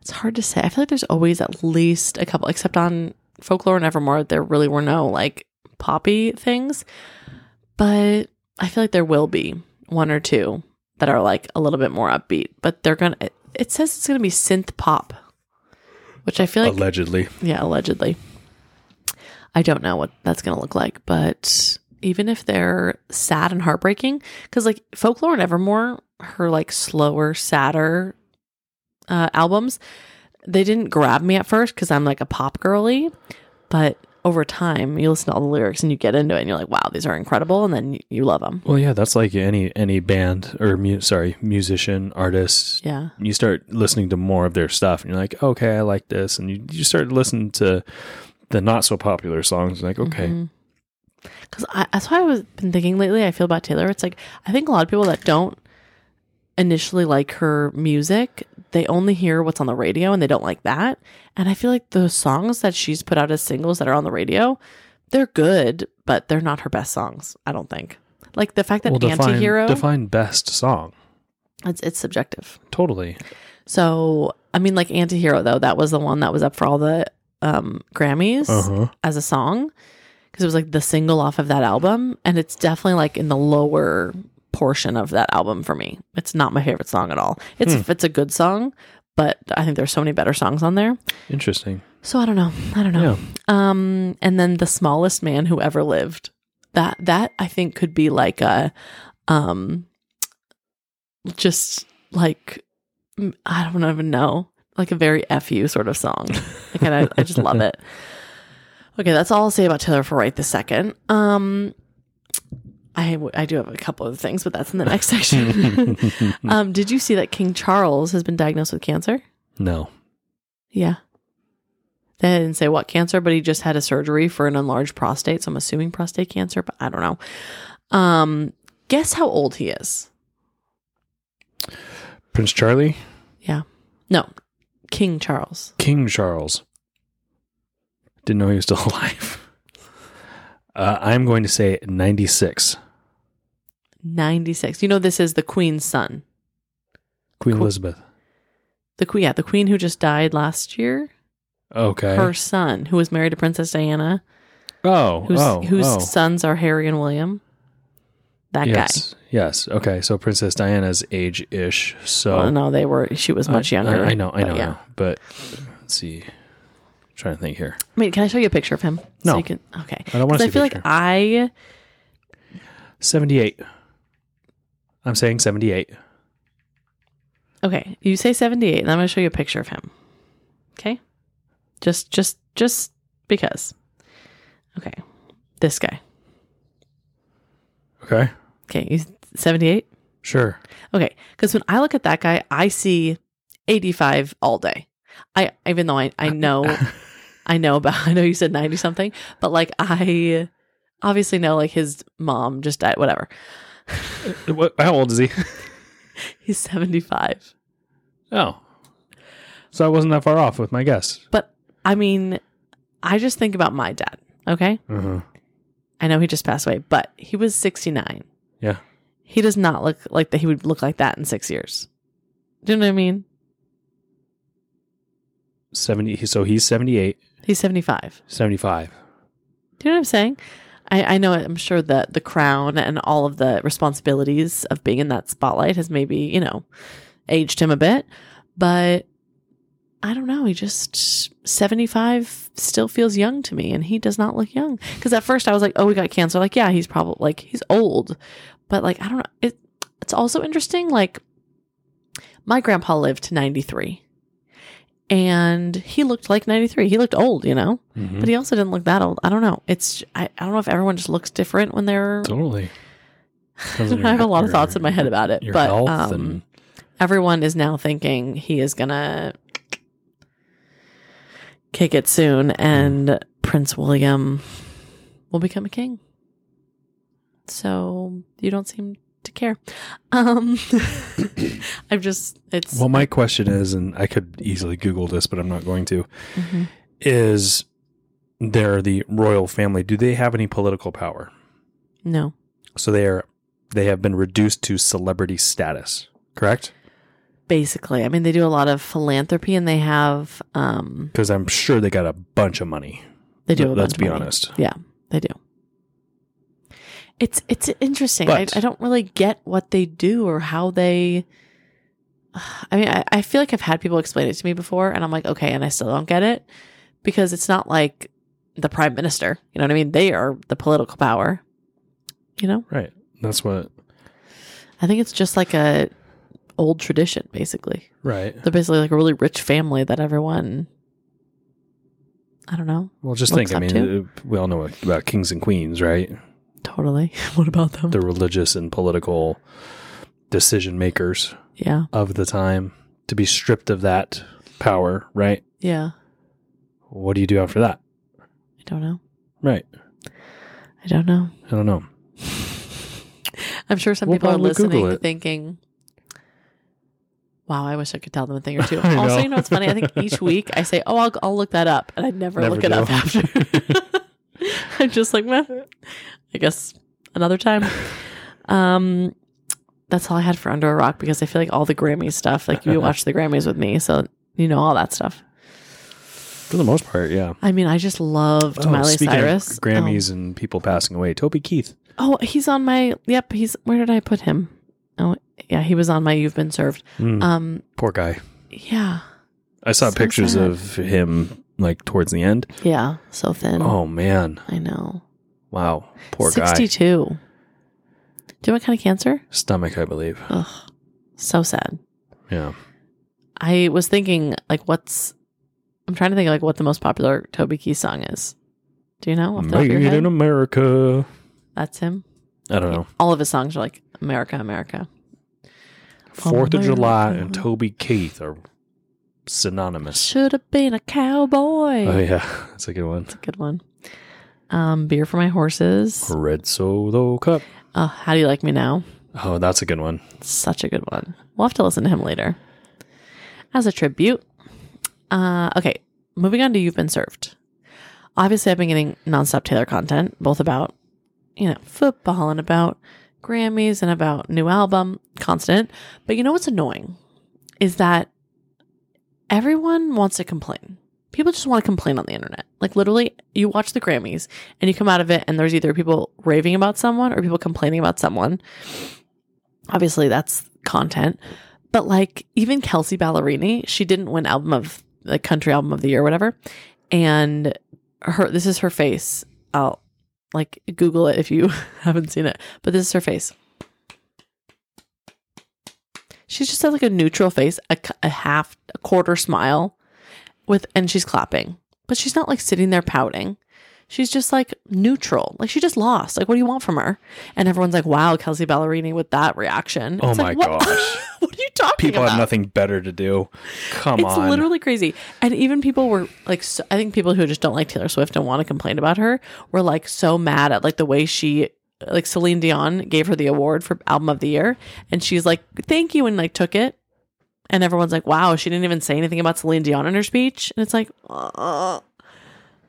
[SPEAKER 1] It's hard to say. I feel like there's always at least a couple, except on Folklore and Evermore, there really were no like poppy things. But I feel like there will be one or two that are like a little bit more upbeat. But they're gonna. It, it says it's gonna be synth pop, which I feel like
[SPEAKER 2] Allegedly.
[SPEAKER 1] yeah, allegedly. I don't know what that's going to look like, but even if they're sad and heartbreaking, because like Folklore and Evermore, her like slower, sadder uh, albums, they didn't grab me at first because I'm like a pop girly, but over time you listen to all the lyrics and you get into it and you're like, wow, these are incredible, and then you, you love them.
[SPEAKER 2] Well, yeah, that's like any any band or mu- sorry musician artist
[SPEAKER 1] Yeah,
[SPEAKER 2] and you start listening to more of their stuff and you're like okay i like this and you, you start listening to the not so popular songs like okay
[SPEAKER 1] Mm-hmm. because that's why I was been thinking lately. I feel about Taylor. It's like I think a lot of people that don't initially like her music, they only hear what's on the radio and they don't like that. And I feel like the songs that she's put out as singles that are on the radio, they're good, but they're not her best songs. I don't think. Like the fact that
[SPEAKER 2] well define,
[SPEAKER 1] Antihero,
[SPEAKER 2] define best song
[SPEAKER 1] it's it's subjective.
[SPEAKER 2] totally
[SPEAKER 1] So I mean, like Antihero though, that was the one that was up for all the um Grammys
[SPEAKER 2] uh-huh
[SPEAKER 1] as a song because it was like the single off of that album and it's definitely like in the lower portion of that album for me it's not my favorite song at all it's it's a good song but i think there's so many better songs on there *laughs*
[SPEAKER 2] interesting
[SPEAKER 1] so i don't know i don't know
[SPEAKER 2] yeah
[SPEAKER 1] um and then the smallest man who ever lived that that i think could be like a um just like mm, i don't even know like a very fu sort of song like and I, I just love it okay that's all i'll say about taylor for right this second um I, w- I do have a couple of things, but that's in the next section. *laughs* um, did you see that King Charles has been diagnosed with cancer?
[SPEAKER 2] no
[SPEAKER 1] Yeah. They didn't say what cancer, but he just had a surgery for an enlarged prostate. So I'm assuming prostate cancer, but I don't know. Um, guess how old he is?
[SPEAKER 2] prince charlie
[SPEAKER 1] Yeah. No, King Charles.
[SPEAKER 2] king charles didn't know he was still *laughs* alive uh, i'm going to say 96
[SPEAKER 1] 96. You know, this is the Queen's son.
[SPEAKER 2] queen
[SPEAKER 1] Cool.
[SPEAKER 2] elizabeth
[SPEAKER 1] The Queen, yeah, the Queen who just died last year.
[SPEAKER 2] okay
[SPEAKER 1] Her son, who was married to Princess Diana,
[SPEAKER 2] oh
[SPEAKER 1] whose,
[SPEAKER 2] oh
[SPEAKER 1] whose
[SPEAKER 2] oh.
[SPEAKER 1] sons are Harry and William. That guy.
[SPEAKER 2] yes yes okay so princess diana's age ish so
[SPEAKER 1] Well, no, they were, she was much
[SPEAKER 2] I-
[SPEAKER 1] younger.
[SPEAKER 2] I, I know, I
[SPEAKER 1] but
[SPEAKER 2] know, I
[SPEAKER 1] yeah.
[SPEAKER 2] know. But let's see. trying to think here.
[SPEAKER 1] I mean, can I show you a picture of him?
[SPEAKER 2] No.
[SPEAKER 1] So you can, okay.
[SPEAKER 2] I don't wanna
[SPEAKER 1] 'Cause
[SPEAKER 2] see
[SPEAKER 1] I
[SPEAKER 2] a
[SPEAKER 1] feel like
[SPEAKER 2] picture.
[SPEAKER 1] I.
[SPEAKER 2] 78. I'm saying 78.
[SPEAKER 1] Okay, you say 78, and I'm going to show you a picture of him. Okay? Just just just because. Okay. This guy.
[SPEAKER 2] Okay.
[SPEAKER 1] Okay, you 78?
[SPEAKER 2] Sure.
[SPEAKER 1] Okay, cuz when I look at that guy, I see 85 all day. I even though I I know I know about. *laughs* I know you said ninety something, but like I obviously know like his mom just died. Whatever.
[SPEAKER 2] What, how old is he?
[SPEAKER 1] He's seventy five.
[SPEAKER 2] Oh. So I wasn't that far off with my guess.
[SPEAKER 1] But I mean, I just think about my dad. Okay,
[SPEAKER 2] Uh-huh.
[SPEAKER 1] I know he just passed away, but he was sixty nine.
[SPEAKER 2] Yeah.
[SPEAKER 1] He does not look like that. He would look like that in six years. Do you know what I mean?
[SPEAKER 2] 70 so he's 78,
[SPEAKER 1] He's seventy five.
[SPEAKER 2] 75.
[SPEAKER 1] Do you know what I'm saying? I, I know I'm sure that the crown and all of the responsibilities of being in that spotlight has maybe, you know, aged him a bit, but I don't know. He just 75 still feels young to me and he does not look young. Cause at first I was like, oh, we got cancer. Like, yeah, he's probably like, he's old, but like, I don't know. It, it's also interesting. Like, my grandpa lived to 93 and he looked like 93. He looked old, you know?
[SPEAKER 2] Mhm.
[SPEAKER 1] but he also didn't look that old. I don't know. It's I, I don't know if everyone just looks different when they're.
[SPEAKER 2] Totally.
[SPEAKER 1] *laughs* I have a lot of thoughts in my head about it,
[SPEAKER 2] Your
[SPEAKER 1] but
[SPEAKER 2] health
[SPEAKER 1] um,
[SPEAKER 2] and
[SPEAKER 1] everyone is now thinking he is gonna kick it soon, and Prince William will become a king. So you don't seem to care. *laughs*
[SPEAKER 2] *coughs*
[SPEAKER 1] Um, I'm just it's
[SPEAKER 2] well, my question is, and I could easily Google this, but I'm not going to.
[SPEAKER 1] Mhm.
[SPEAKER 2] Is they're the royal family? Do they have any political power?
[SPEAKER 1] no.
[SPEAKER 2] So they are they have been reduced to celebrity status, correct?
[SPEAKER 1] Basically, I mean, they do a lot of philanthropy, and they have um,
[SPEAKER 2] Because I'm sure they got a bunch of money.
[SPEAKER 1] They do. a bunch
[SPEAKER 2] Let's
[SPEAKER 1] of
[SPEAKER 2] be
[SPEAKER 1] money.
[SPEAKER 2] honest.
[SPEAKER 1] Yeah, they do. It's it's interesting.
[SPEAKER 2] But-
[SPEAKER 1] I, I don't really get what they do or how they. I mean, I, I feel like I've had people explain it to me before, and I'm like, okay, and I still don't get it because it's not like the prime minister. You know what I mean? They are the political power. You know,
[SPEAKER 2] Right. That's what.
[SPEAKER 1] I think it's just like a old tradition, basically.
[SPEAKER 2] Right.
[SPEAKER 1] They're basically like a really rich family that everyone. I don't know.
[SPEAKER 2] Well, Mm-hmm. just
[SPEAKER 1] Looks
[SPEAKER 2] think. I
[SPEAKER 1] up
[SPEAKER 2] mean, uh, we all know about kings and queens, right?
[SPEAKER 1] Totally. *laughs* what about them?
[SPEAKER 2] The religious and political decision makers
[SPEAKER 1] yeah.
[SPEAKER 2] of the time to be stripped of that power, right?
[SPEAKER 1] Yeah.
[SPEAKER 2] What do you do after that?
[SPEAKER 1] I don't know.
[SPEAKER 2] Right.
[SPEAKER 1] I don't know.
[SPEAKER 2] I don't know.
[SPEAKER 1] I'm sure some
[SPEAKER 2] We'll
[SPEAKER 1] people are
[SPEAKER 2] probably Google
[SPEAKER 1] listening
[SPEAKER 2] it.
[SPEAKER 1] thinking, wow, I wish I could tell them a thing
[SPEAKER 2] *laughs*
[SPEAKER 1] or two.
[SPEAKER 2] I
[SPEAKER 1] also,
[SPEAKER 2] know.
[SPEAKER 1] you know what's funny? I think each
[SPEAKER 2] *laughs*
[SPEAKER 1] week I say, oh, I'll, I'll look that up. And I never,
[SPEAKER 2] Never
[SPEAKER 1] look it up
[SPEAKER 2] do. *laughs*
[SPEAKER 1] after. *laughs* I'm just like, meh, I guess another time. Um, that's all I had for Under a Rock because I feel like all the Grammy stuff, like you watch the Grammys with me. So, you know, all that stuff.
[SPEAKER 2] For the most part, yeah.
[SPEAKER 1] I mean, I just loved Miley
[SPEAKER 2] Oh, speaking of
[SPEAKER 1] Cyrus. um,
[SPEAKER 2] Grammys, and people passing away. Toby Keith.
[SPEAKER 1] Oh, he's on my. Yep, he's. Where did I put him? Oh, yeah, he was on my. You've been served.
[SPEAKER 2] Mm,
[SPEAKER 1] Um,
[SPEAKER 2] poor guy.
[SPEAKER 1] yeah,
[SPEAKER 2] I saw
[SPEAKER 1] so
[SPEAKER 2] pictures
[SPEAKER 1] sad.
[SPEAKER 2] of him like towards the end.
[SPEAKER 1] yeah, so thin.
[SPEAKER 2] Oh man!
[SPEAKER 1] I know.
[SPEAKER 2] Wow, poor guy.
[SPEAKER 1] Sixty-two. Do you know what kind of cancer?
[SPEAKER 2] Stomach, I believe.
[SPEAKER 1] Ugh, so sad.
[SPEAKER 2] Yeah.
[SPEAKER 1] I was thinking, like, what's? I'm trying to think, like, what the most popular Toby Keith song is. Do you know? Off the top of
[SPEAKER 2] Made
[SPEAKER 1] your
[SPEAKER 2] in
[SPEAKER 1] head?
[SPEAKER 2] America.
[SPEAKER 1] That's him.
[SPEAKER 2] I don't know.
[SPEAKER 1] All of his songs are like America, America.
[SPEAKER 2] Fourth of
[SPEAKER 1] my
[SPEAKER 2] July
[SPEAKER 1] God.
[SPEAKER 2] and Toby Keith are synonymous.
[SPEAKER 1] Should have been a cowboy.
[SPEAKER 2] Oh yeah, *laughs* that's a good one.
[SPEAKER 1] That's a good one. Um, beer for my horses.
[SPEAKER 2] Red Solo Cup.
[SPEAKER 1] Oh, How Do You Like Me Now?
[SPEAKER 2] Oh, that's a good one.
[SPEAKER 1] Such a good one. We'll have to listen to him later. As a tribute. Uh, okay, moving on to You've Been Served. Obviously, I've been getting nonstop Taylor content, both about, you know, football and about Grammys and about new album, constant. But you know what's annoying is that everyone wants to complain. People just want to complain on the internet. Like literally, you watch the Grammys and you come out of it, and there's either people raving about someone or people complaining about someone obviously that's content but like even kelsey ballerini she didn't win album of the country album of the year or whatever and her this is her face i'll like google it if you *laughs* haven't seen it but this is her face she's just had like a neutral face a, cu- a half a quarter smile with and she's clapping but she's not like sitting there pouting she's just like neutral. Like she just lost. Like, what do you want from her? And everyone's like, wow, Kelsey Ballerini with that reaction.
[SPEAKER 2] Oh
[SPEAKER 1] It's like,
[SPEAKER 2] my
[SPEAKER 1] what-
[SPEAKER 2] gosh.
[SPEAKER 1] *laughs* what are you talking
[SPEAKER 2] People
[SPEAKER 1] about?
[SPEAKER 2] have nothing better to do. Come
[SPEAKER 1] it's
[SPEAKER 2] on.
[SPEAKER 1] literally crazy. And even people were like, so, I think people who just don't like Taylor Swift and want to complain about her were like so mad at like the way she, like Celine Dion gave her the award for album of the year, and she's like, "Thank you," and like took it. And everyone's like, "Wow, she didn't even say anything about Celine Dion in her speech." And it's like, uh,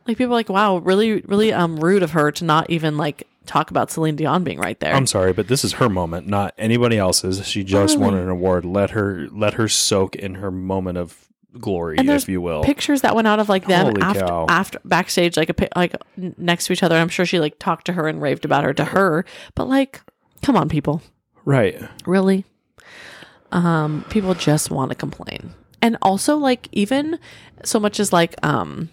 [SPEAKER 1] like people are like, "Wow, really, really um rude of her to not even like talk about Celine Dion being right there."
[SPEAKER 2] I'm sorry, but this is her moment, not anybody else's. She just won
[SPEAKER 1] Totally.
[SPEAKER 2] an award. Let her let her soak in her moment of glory,
[SPEAKER 1] And there's
[SPEAKER 2] if you will.
[SPEAKER 1] pictures that went out of like them
[SPEAKER 2] Holy
[SPEAKER 1] after,
[SPEAKER 2] cow.
[SPEAKER 1] after backstage, like a pi- like n- next to each other. I'm sure she like talked to her and raved about her to her, but like, come on, people,
[SPEAKER 2] right.
[SPEAKER 1] really? Um, people just want to complain, and also like even so much as like um.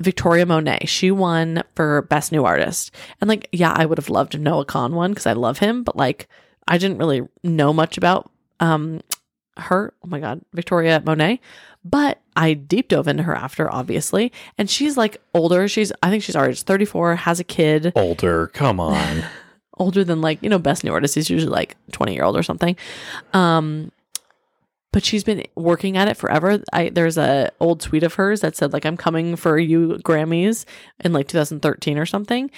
[SPEAKER 1] Victoria Monet, she won for best new artist. And like, yeah, I would have loved if Noah Khan won because I love him, but like I didn't really know much about um her. Oh my god, Victoria Monet. But I deep dove into her after, obviously. And she's like older. She's I think she's already 34, has a kid,
[SPEAKER 2] Older.
[SPEAKER 1] *laughs*
[SPEAKER 2] Come on.
[SPEAKER 1] older than like, you know, best new artist is usually like 20 year old or something. Um but she's been working at it forever. I there's a old tweet of hers that said like I'm coming for you Grammys in like 2013 or something.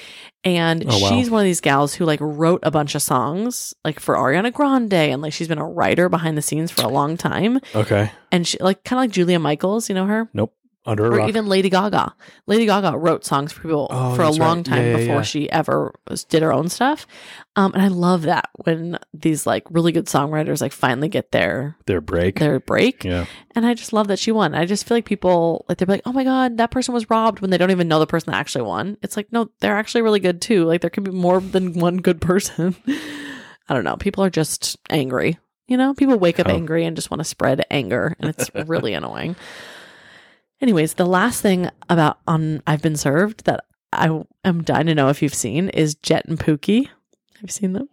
[SPEAKER 1] And
[SPEAKER 2] Oh, wow.
[SPEAKER 1] she's one of these gals who like wrote a bunch of songs like for Ariana Grande and like she's been a writer behind the scenes for a long time
[SPEAKER 2] okay.
[SPEAKER 1] and she like kind of like Julia Michaels, you know her,
[SPEAKER 2] Nope. Under a
[SPEAKER 1] or
[SPEAKER 2] rock.
[SPEAKER 1] even Lady Gaga. Lady Gaga wrote songs for people
[SPEAKER 2] Oh,
[SPEAKER 1] for a
[SPEAKER 2] that's
[SPEAKER 1] long
[SPEAKER 2] right.
[SPEAKER 1] time
[SPEAKER 2] Yeah, yeah,
[SPEAKER 1] before
[SPEAKER 2] yeah.
[SPEAKER 1] she ever was, did her own stuff, um, and I love that when these like really good songwriters like finally get their
[SPEAKER 2] Their break.
[SPEAKER 1] their break,
[SPEAKER 2] yeah.
[SPEAKER 1] and I just love that she won. I just feel like people like they're like, oh my god, that person was robbed when they don't even know the person that actually won. It's like no, they're actually really good too. Like there could be more than one good person. *laughs* I don't know. People are just angry. You know, people wake up
[SPEAKER 2] Oh.
[SPEAKER 1] angry and just want to spread anger, and it's really annoying. Anyways, the last thing about on I've been served that I am dying to know if you've seen is Jet and Pookie. Have you seen them?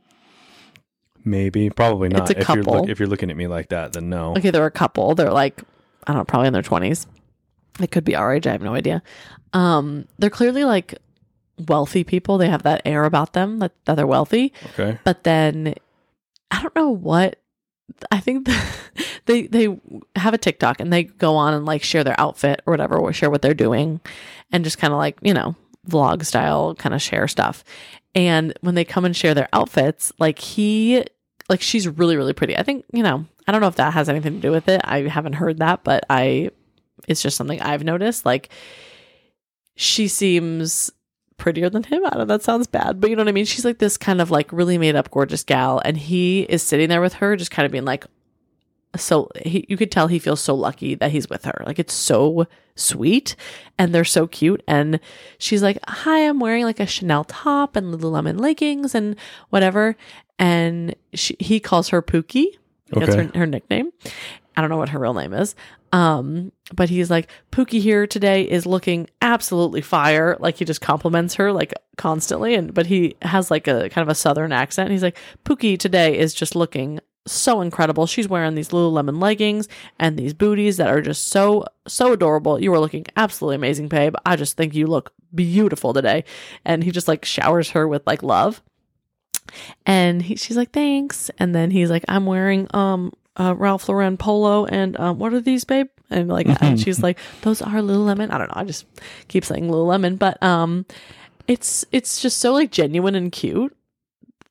[SPEAKER 2] Maybe. Probably not.
[SPEAKER 1] It's a
[SPEAKER 2] if you're
[SPEAKER 1] couple.
[SPEAKER 2] if you're looking at me like that, then no.
[SPEAKER 1] Okay, they're a couple. They're like, I don't know, probably in their 20s. It could be our age. I have no idea. Um, they're clearly like wealthy people. They have that air about them that, that they're wealthy.
[SPEAKER 2] Okay.
[SPEAKER 1] But then I don't know what. I think *laughs* they they have a TikTok and they go on and like share their outfit or whatever, or share what they're doing, and just kind of like you know vlog style kind of share stuff. And when they come and share their outfits, like he, like she's really really pretty. I think you know I don't know if that has anything to do with it. I haven't heard that, but I it's just something I've noticed. Like she seems prettier than him. I don't know, that sounds bad, but you know what I mean? She's like this kind of like really made up gorgeous gal and he is sitting there with her just kind of being like so he, you could tell he feels so lucky that he's with her. Like it's so sweet and they're so cute and she's like, "Hi, I'm wearing like a Chanel top and Lululemon leggings and whatever." And she, he calls her Pookie. I think That's her, her nickname. I don't know what her real name is. Um, but he's like, Pookie here today is looking absolutely fire. Like he just compliments her like constantly. And but he has like a kind of a southern accent. He's like, Pookie today is just looking so incredible. She's wearing these Lululemon leggings and these booties that are just so so adorable. You are looking absolutely amazing, babe. I just think you look beautiful today. And he just like showers her with like love and he, she's like thanks and then he's like i'm wearing um uh, ralph lauren polo and um, what are these babe and like and she's like those are lululemon i don't know i just keep saying lululemon but um it's it's just so like genuine and cute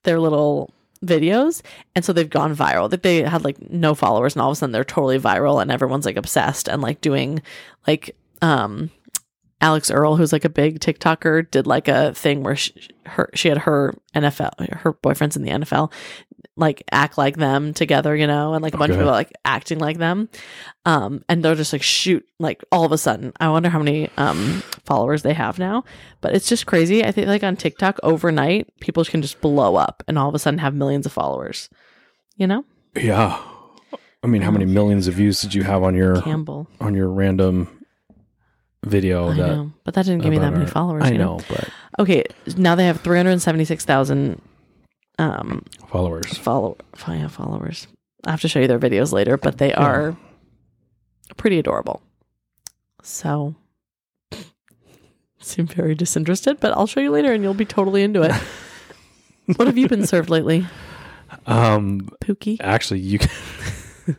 [SPEAKER 1] their little videos and so they've gone viral that they had like no followers and all of a sudden they're totally viral and everyone's like obsessed and like doing like um Alex Earl, who's like a big TikToker, did like a thing where she, her she had her NFL her boyfriends in the NFL like act like them together, you know, and like a bunch of
[SPEAKER 2] Okay.
[SPEAKER 1] people like acting like them, um, and they're just like shoot like all of a sudden. I wonder how many um followers they have now, but it's just crazy. I think like on TikTok overnight, people can just blow up and all of a sudden have millions of followers. You know,
[SPEAKER 2] Yeah. I mean, how
[SPEAKER 1] Um,
[SPEAKER 2] many millions of views did you have on your
[SPEAKER 1] Campbell.
[SPEAKER 2] on your random video
[SPEAKER 1] I
[SPEAKER 2] Oh, that
[SPEAKER 1] know, but that didn't give me
[SPEAKER 2] about
[SPEAKER 1] that many
[SPEAKER 2] our-
[SPEAKER 1] followers.
[SPEAKER 2] I
[SPEAKER 1] you
[SPEAKER 2] know, but
[SPEAKER 1] Okay, now they have 376,000 um
[SPEAKER 2] followers.
[SPEAKER 1] follow fo- yeah, followers. I have to show you their videos later, but they are pretty adorable. So *laughs* seem very disinterested, but I'll show you later and you'll be totally into
[SPEAKER 2] *laughs*
[SPEAKER 1] it. what have you been served lately,
[SPEAKER 2] Um,
[SPEAKER 1] Pookie?
[SPEAKER 2] actually, you *laughs*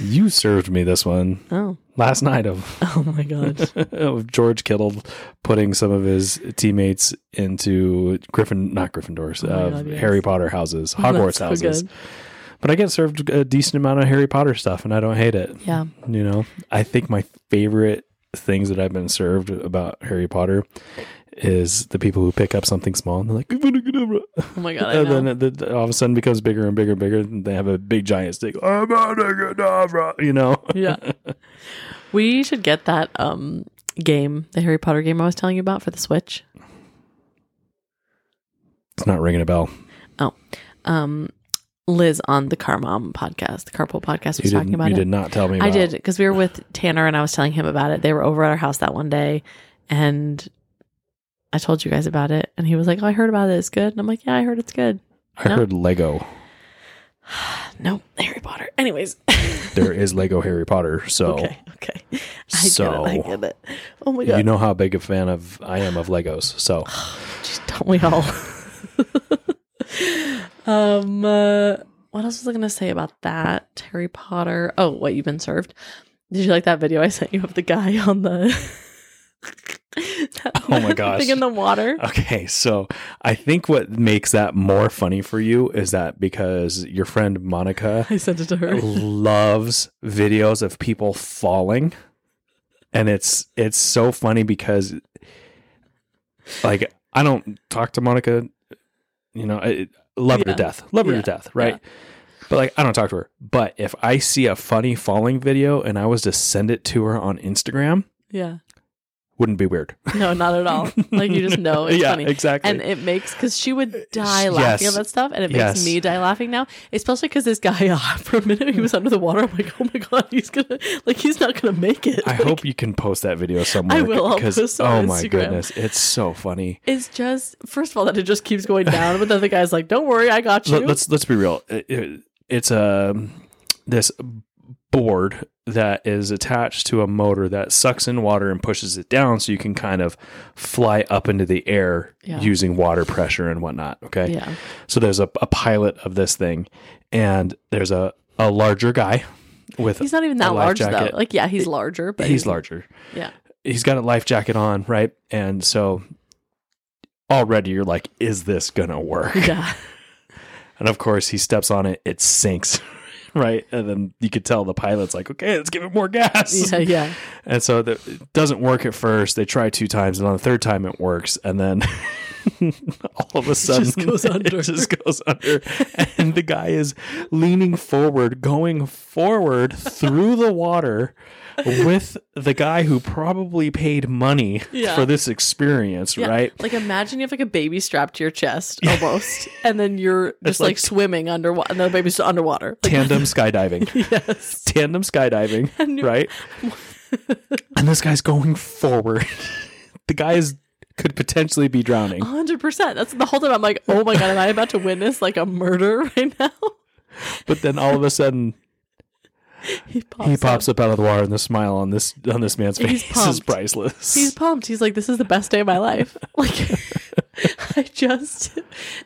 [SPEAKER 2] you served me this one
[SPEAKER 1] Oh,
[SPEAKER 2] last night of
[SPEAKER 1] *laughs*
[SPEAKER 2] *laughs*
[SPEAKER 1] oh my god!
[SPEAKER 2] of George Kittle putting some of his teammates into Griffin, not Gryffindors,
[SPEAKER 1] Oh my
[SPEAKER 2] uh,
[SPEAKER 1] God, yes.
[SPEAKER 2] Harry Potter houses,
[SPEAKER 1] *laughs*
[SPEAKER 2] Hogwarts
[SPEAKER 1] That's so
[SPEAKER 2] houses.
[SPEAKER 1] good.
[SPEAKER 2] But I get served a decent amount of Harry Potter stuff, and I don't hate it.
[SPEAKER 1] Yeah,
[SPEAKER 2] You know, I think my favorite things that I've been served about Harry Potter is the people who pick up something small and they're like, "Abracadabra,"
[SPEAKER 1] oh my god! I
[SPEAKER 2] *laughs* and
[SPEAKER 1] know.
[SPEAKER 2] then it, it all of a sudden becomes bigger and bigger and bigger, and they have a big giant stick, "Oh, "Abracadabra," you know. *laughs*
[SPEAKER 1] yeah. We should get that um game, the Harry Potter game I was telling you about for the Switch.
[SPEAKER 2] It's not ringing a bell.
[SPEAKER 1] Oh, um, Liz on the Car Mom podcast, the Carpool podcast,
[SPEAKER 2] You
[SPEAKER 1] was
[SPEAKER 2] didn't.
[SPEAKER 1] talking
[SPEAKER 2] You
[SPEAKER 1] about it.
[SPEAKER 2] did not tell me.
[SPEAKER 1] I
[SPEAKER 2] about-
[SPEAKER 1] did because we were with Tanner and I was telling him about it. They were over at our house that one day, and I told you guys about it, and he was like, "Oh, I heard about it. It's good." And I'm like, "Yeah, I heard it's good."
[SPEAKER 2] I
[SPEAKER 1] No.
[SPEAKER 2] heard Lego.
[SPEAKER 1] No, Harry Potter. Anyways, *laughs*
[SPEAKER 2] There is Lego Harry Potter, so
[SPEAKER 1] okay, okay, I
[SPEAKER 2] So-
[SPEAKER 1] get it. I get it. Oh my god,
[SPEAKER 2] you know how big a fan of I am of Legos.
[SPEAKER 1] *sighs*
[SPEAKER 2] So
[SPEAKER 1] Jeez, don't we all? um, uh, what else was I going to say about that? Harry Potter. Oh, what you've been served. Did you like that video I sent you of the guy on the? *laughs* that-
[SPEAKER 2] Oh my
[SPEAKER 1] that *laughs*
[SPEAKER 2] gosh.
[SPEAKER 1] Thing in the water.
[SPEAKER 2] Okay, so I think what makes that more funny for you is that because your friend Monica
[SPEAKER 1] I sent it to her.
[SPEAKER 2] loves videos of people falling and it's it's so funny because like I don't talk to Monica, you know, I I love her
[SPEAKER 1] Yeah.
[SPEAKER 2] to death. Love her
[SPEAKER 1] Yeah.
[SPEAKER 2] to death, right? But like I don't talk to her. But if I see a funny falling video and I was to send it to her on Instagram,
[SPEAKER 1] *laughs* Yeah.
[SPEAKER 2] wouldn't be weird.
[SPEAKER 1] No, not at all. Like
[SPEAKER 2] *laughs*
[SPEAKER 1] you just know it's
[SPEAKER 2] yeah,
[SPEAKER 1] funny.
[SPEAKER 2] exactly. Uh,
[SPEAKER 1] And it makes because she would die
[SPEAKER 2] Yes.
[SPEAKER 1] laughing at that stuff, and it makes
[SPEAKER 2] Yes.
[SPEAKER 1] me die laughing now. Especially because this guy, *laughs* uh, for a minute, he was under the water. I'm like, oh my god, he's gonna like he's not gonna make it.
[SPEAKER 2] I
[SPEAKER 1] Like,
[SPEAKER 2] hope you can post that video somewhere.
[SPEAKER 1] I will. I'll
[SPEAKER 2] 'cause-
[SPEAKER 1] post it
[SPEAKER 2] oh
[SPEAKER 1] on
[SPEAKER 2] my
[SPEAKER 1] Instagram.
[SPEAKER 2] goodness, it's so funny.
[SPEAKER 1] It's just first of all that it just keeps going down, but then the guy's like, "Don't worry, I got you."
[SPEAKER 2] Let, us let's be real. It- it- it's a this board that is attached to a motor that sucks in water and pushes it down, so you can kind of fly up into the air
[SPEAKER 1] Yeah.
[SPEAKER 2] using water pressure and whatnot. Okay,
[SPEAKER 1] yeah,
[SPEAKER 2] so there's a, a pilot of this thing, and there's a a larger guy with
[SPEAKER 1] he's not even
[SPEAKER 2] a
[SPEAKER 1] that
[SPEAKER 2] life
[SPEAKER 1] large
[SPEAKER 2] jacket.
[SPEAKER 1] though. Like, yeah, he's larger, but
[SPEAKER 2] he's larger. *laughs*
[SPEAKER 1] Yeah,
[SPEAKER 2] he's got a life jacket on, right? And so already you're like, is this gonna work?
[SPEAKER 1] yeah, *laughs*
[SPEAKER 2] And of course, he steps on it, it sinks, *laughs* right? And then you could tell the pilot's like, okay, let's give it more
[SPEAKER 1] *laughs*
[SPEAKER 2] gas.
[SPEAKER 1] yeah, yeah.
[SPEAKER 2] And so the, it doesn't work at first. They try two times, and on the third time, it works. And then *laughs* all of a sudden,
[SPEAKER 1] just goes under.
[SPEAKER 2] *laughs* It just goes under. and the guy is leaning forward, going forward through the water with the guy who probably paid money
[SPEAKER 1] Yeah.
[SPEAKER 2] for this experience,
[SPEAKER 1] Yeah.
[SPEAKER 2] right?
[SPEAKER 1] Like, imagine you have like a baby strapped to your
[SPEAKER 2] *laughs*
[SPEAKER 1] chest almost, and then you're just like,
[SPEAKER 2] like-
[SPEAKER 1] swimming underwater, and the baby's underwater. Like,
[SPEAKER 2] Tandem skydiving.
[SPEAKER 1] yes, *laughs*
[SPEAKER 2] Tandem skydiving,
[SPEAKER 1] you-
[SPEAKER 2] right? and this guy's going forward. *laughs* the guy is could potentially be drowning.
[SPEAKER 1] hundred percent. That's the whole time. I'm like, oh my god, am I about to witness like a murder *laughs* right now?
[SPEAKER 2] But then all of a sudden,
[SPEAKER 1] He pops.
[SPEAKER 2] he
[SPEAKER 1] up.
[SPEAKER 2] pops up out of the water, and the smile on this on this man's
[SPEAKER 1] He's
[SPEAKER 2] face is
[SPEAKER 1] pumped.
[SPEAKER 2] priceless.
[SPEAKER 1] He's pumped. He's like, this is the best day of my life. *laughs* Like, I just,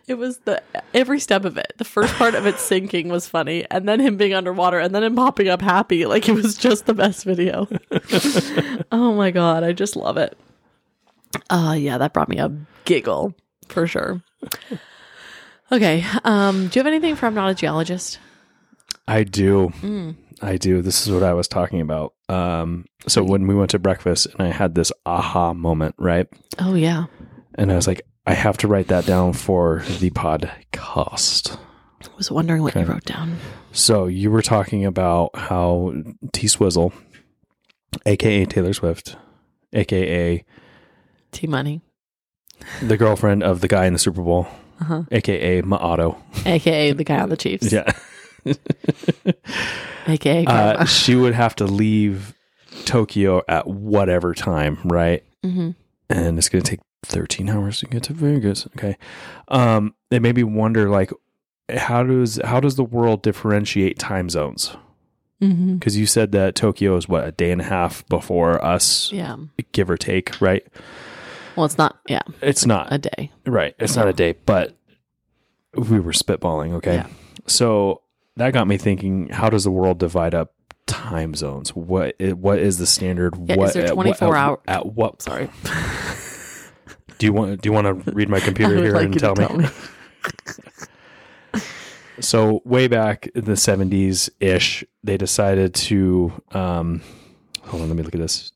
[SPEAKER 1] it was the every step of it. The first part of it sinking was funny, and then him being underwater, and then him popping up happy. Like, it was just the best video. oh my God. I just love it. Oh, yeah. That brought me a giggle for sure. Okay. Um, do you have anything for I'm not a geologist?
[SPEAKER 2] I do.
[SPEAKER 1] Mm.
[SPEAKER 2] I do. This is what I was talking about. Um, so when we went to breakfast, and I had this aha moment, right?
[SPEAKER 1] Oh, yeah.
[SPEAKER 2] And I was like, I have to write that down for the podcast.
[SPEAKER 1] I was wondering what you
[SPEAKER 2] Okay.
[SPEAKER 1] wrote down.
[SPEAKER 2] So you were talking about how T Swizzle, aka Taylor Swift, aka
[SPEAKER 1] T Money,
[SPEAKER 2] the girlfriend of the guy in the Super Bowl,
[SPEAKER 1] Uh-huh.
[SPEAKER 2] aka Maato.
[SPEAKER 1] aka the guy on the Chiefs,
[SPEAKER 2] Yeah.
[SPEAKER 1] aka Karma.
[SPEAKER 2] *laughs* uh, she would have to leave Tokyo at whatever time, right?
[SPEAKER 1] hmm
[SPEAKER 2] And it's going to take 13 hours to get to Vegas. Okay. Um, it made me wonder, like, how does how does the world differentiate time zones?
[SPEAKER 1] Mm-hmm.
[SPEAKER 2] Because you said that Tokyo is what a day and a half before us,
[SPEAKER 1] Yeah.
[SPEAKER 2] give or take, right?
[SPEAKER 1] Well, it's not. Yeah,
[SPEAKER 2] It's not
[SPEAKER 1] a day.
[SPEAKER 2] Right. It's not a day, but we were spitballing. Okay.
[SPEAKER 1] Yeah.
[SPEAKER 2] So that got me thinking how does the world divide up time zones? What i- what is the standard?
[SPEAKER 1] Yeah, is
[SPEAKER 2] what,
[SPEAKER 1] there
[SPEAKER 2] at what-
[SPEAKER 1] 24
[SPEAKER 2] at-
[SPEAKER 1] hour-
[SPEAKER 2] At what?
[SPEAKER 1] Sorry.
[SPEAKER 2] Do you want do you want to read my
[SPEAKER 1] *laughs* I
[SPEAKER 2] computer
[SPEAKER 1] would
[SPEAKER 2] here
[SPEAKER 1] like
[SPEAKER 2] and
[SPEAKER 1] you
[SPEAKER 2] tell
[SPEAKER 1] to
[SPEAKER 2] me? *laughs* So way back in the seventies ish, they decided to um hold on, let me look at this.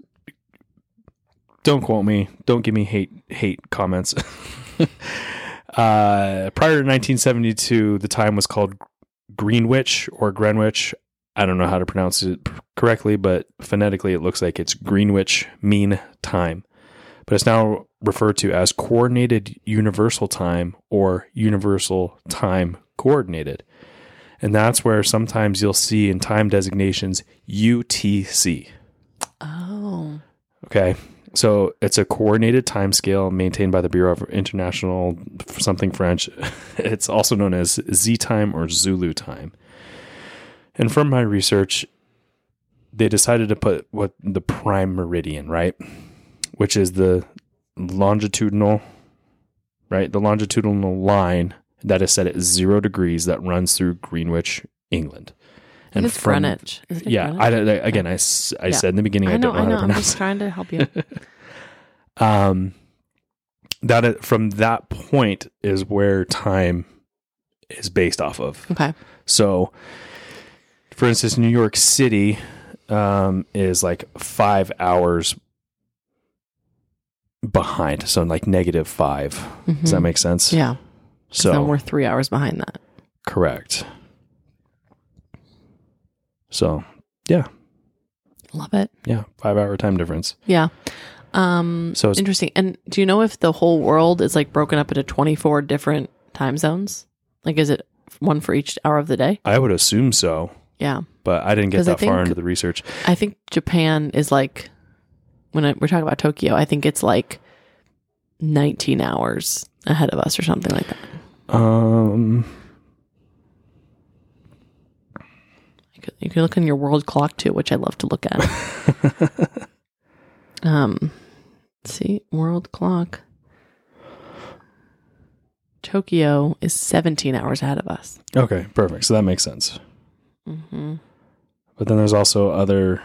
[SPEAKER 2] Don't quote me. Don't give me hate hate comments. *laughs* uh prior to nineteen seventy two, the time was called Greenwich or Greenwich. I don't know how to pronounce it p- correctly, but phonetically it looks like it's Greenwich Mean Time. But it's now referred to as Coordinated Universal Time or Universal Time Coordinated. And that's where sometimes you'll see in time designations UTC.
[SPEAKER 1] Oh.
[SPEAKER 2] Okay. So it's a coordinated time scale maintained by the Bureau of International something French. *laughs* It's also known as Z time or Zulu time. And from my research, they decided to put what the prime meridian, right? Which is the longitudinal, right? The longitudinal line that is set at zero degrees that runs through Greenwich, England.
[SPEAKER 1] And it's
[SPEAKER 2] from-
[SPEAKER 1] Greenwich. Isn't it
[SPEAKER 2] Yeah,
[SPEAKER 1] Greenwich?
[SPEAKER 2] I, don't- I- again, I, s- I
[SPEAKER 1] Yeah.
[SPEAKER 2] said in the beginning, I,
[SPEAKER 1] know.
[SPEAKER 2] don't know,
[SPEAKER 1] I
[SPEAKER 2] how
[SPEAKER 1] know.
[SPEAKER 2] to
[SPEAKER 1] I'm
[SPEAKER 2] pronounce
[SPEAKER 1] just trying to
[SPEAKER 2] *laughs*
[SPEAKER 1] help you.
[SPEAKER 2] um that it- from that point is where time is based off of
[SPEAKER 1] Okay.
[SPEAKER 2] so for instance new york city um is like five hours behind so like negative five does that
[SPEAKER 1] Mhm.
[SPEAKER 2] make sense
[SPEAKER 1] Yeah. So
[SPEAKER 2] so
[SPEAKER 1] we're three hours behind that.
[SPEAKER 2] correct so yeah
[SPEAKER 1] Love it.
[SPEAKER 2] yeah five hour time difference
[SPEAKER 1] Yeah. Um,
[SPEAKER 2] So it's-
[SPEAKER 1] interesting. And do you know if the whole world is like broken up into 24 different time zones? Like, is it one for each hour of the day?
[SPEAKER 2] i would assume so
[SPEAKER 1] Yeah.
[SPEAKER 2] but i didn't get
[SPEAKER 1] 'Cause I
[SPEAKER 2] that far
[SPEAKER 1] think-
[SPEAKER 2] into the research
[SPEAKER 1] I think Japan is like, when I, we're talking about Tokyo, I think it's like 19 hours ahead of us or something like that.
[SPEAKER 2] um
[SPEAKER 1] You could, you could look on your world clock too, which I love to look at.
[SPEAKER 2] *laughs*
[SPEAKER 1] um, see, world clock. Tokyo is 17 hours ahead of us.
[SPEAKER 2] Okay, perfect. So that makes sense. But then there's also other.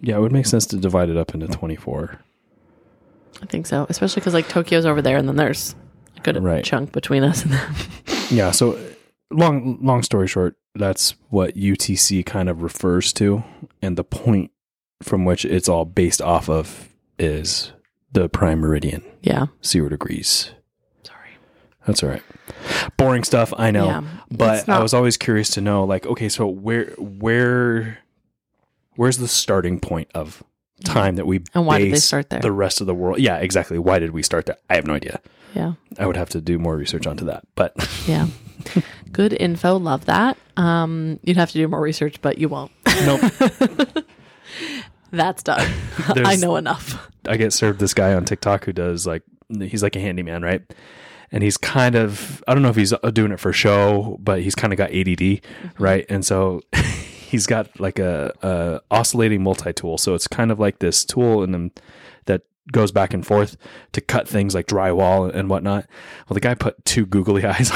[SPEAKER 2] Yeah, it would make sense to divide it up into 24.
[SPEAKER 1] I think so, especially because like Tokyo's over there, and then there's a good
[SPEAKER 2] Right.
[SPEAKER 1] chunk between us and them. *laughs*
[SPEAKER 2] Yeah. So long, long story short, that's what UTC kind of refers to, and the point from which it's all based off of is the prime meridian,
[SPEAKER 1] yeah,
[SPEAKER 2] zero degrees.
[SPEAKER 1] sorry.
[SPEAKER 2] That's all right. Boring stuff, I know.
[SPEAKER 1] Yeah,
[SPEAKER 2] but
[SPEAKER 1] it's not-
[SPEAKER 2] I was always curious to know, like, okay, so where, where, where's the starting point of time that we
[SPEAKER 1] And why did they
[SPEAKER 2] base
[SPEAKER 1] start there?
[SPEAKER 2] The rest of the world, yeah, exactly. Why did we start there? I have no idea.
[SPEAKER 1] Yeah,
[SPEAKER 2] I would have to do more research onto that, but *laughs*
[SPEAKER 1] *laughs* yeah. good info. Love that. Um, you'd have to do more research, but you won't.
[SPEAKER 2] nope.
[SPEAKER 1] *laughs* That's done. *laughs* I
[SPEAKER 2] There's-
[SPEAKER 1] know enough.
[SPEAKER 2] I get served this guy on TikTok who does like he's like a handyman, right? And he's kind of I don't know if he's uh, doing it for show, but he's kind of got ADD,
[SPEAKER 1] Mm-hmm.
[SPEAKER 2] right? And so *laughs* he's got like a, a oscillating multi tool, so it's kind of like this tool and then that goes back and forth to cut things like drywall and whatnot. Well, the guy put two googly *laughs* eyes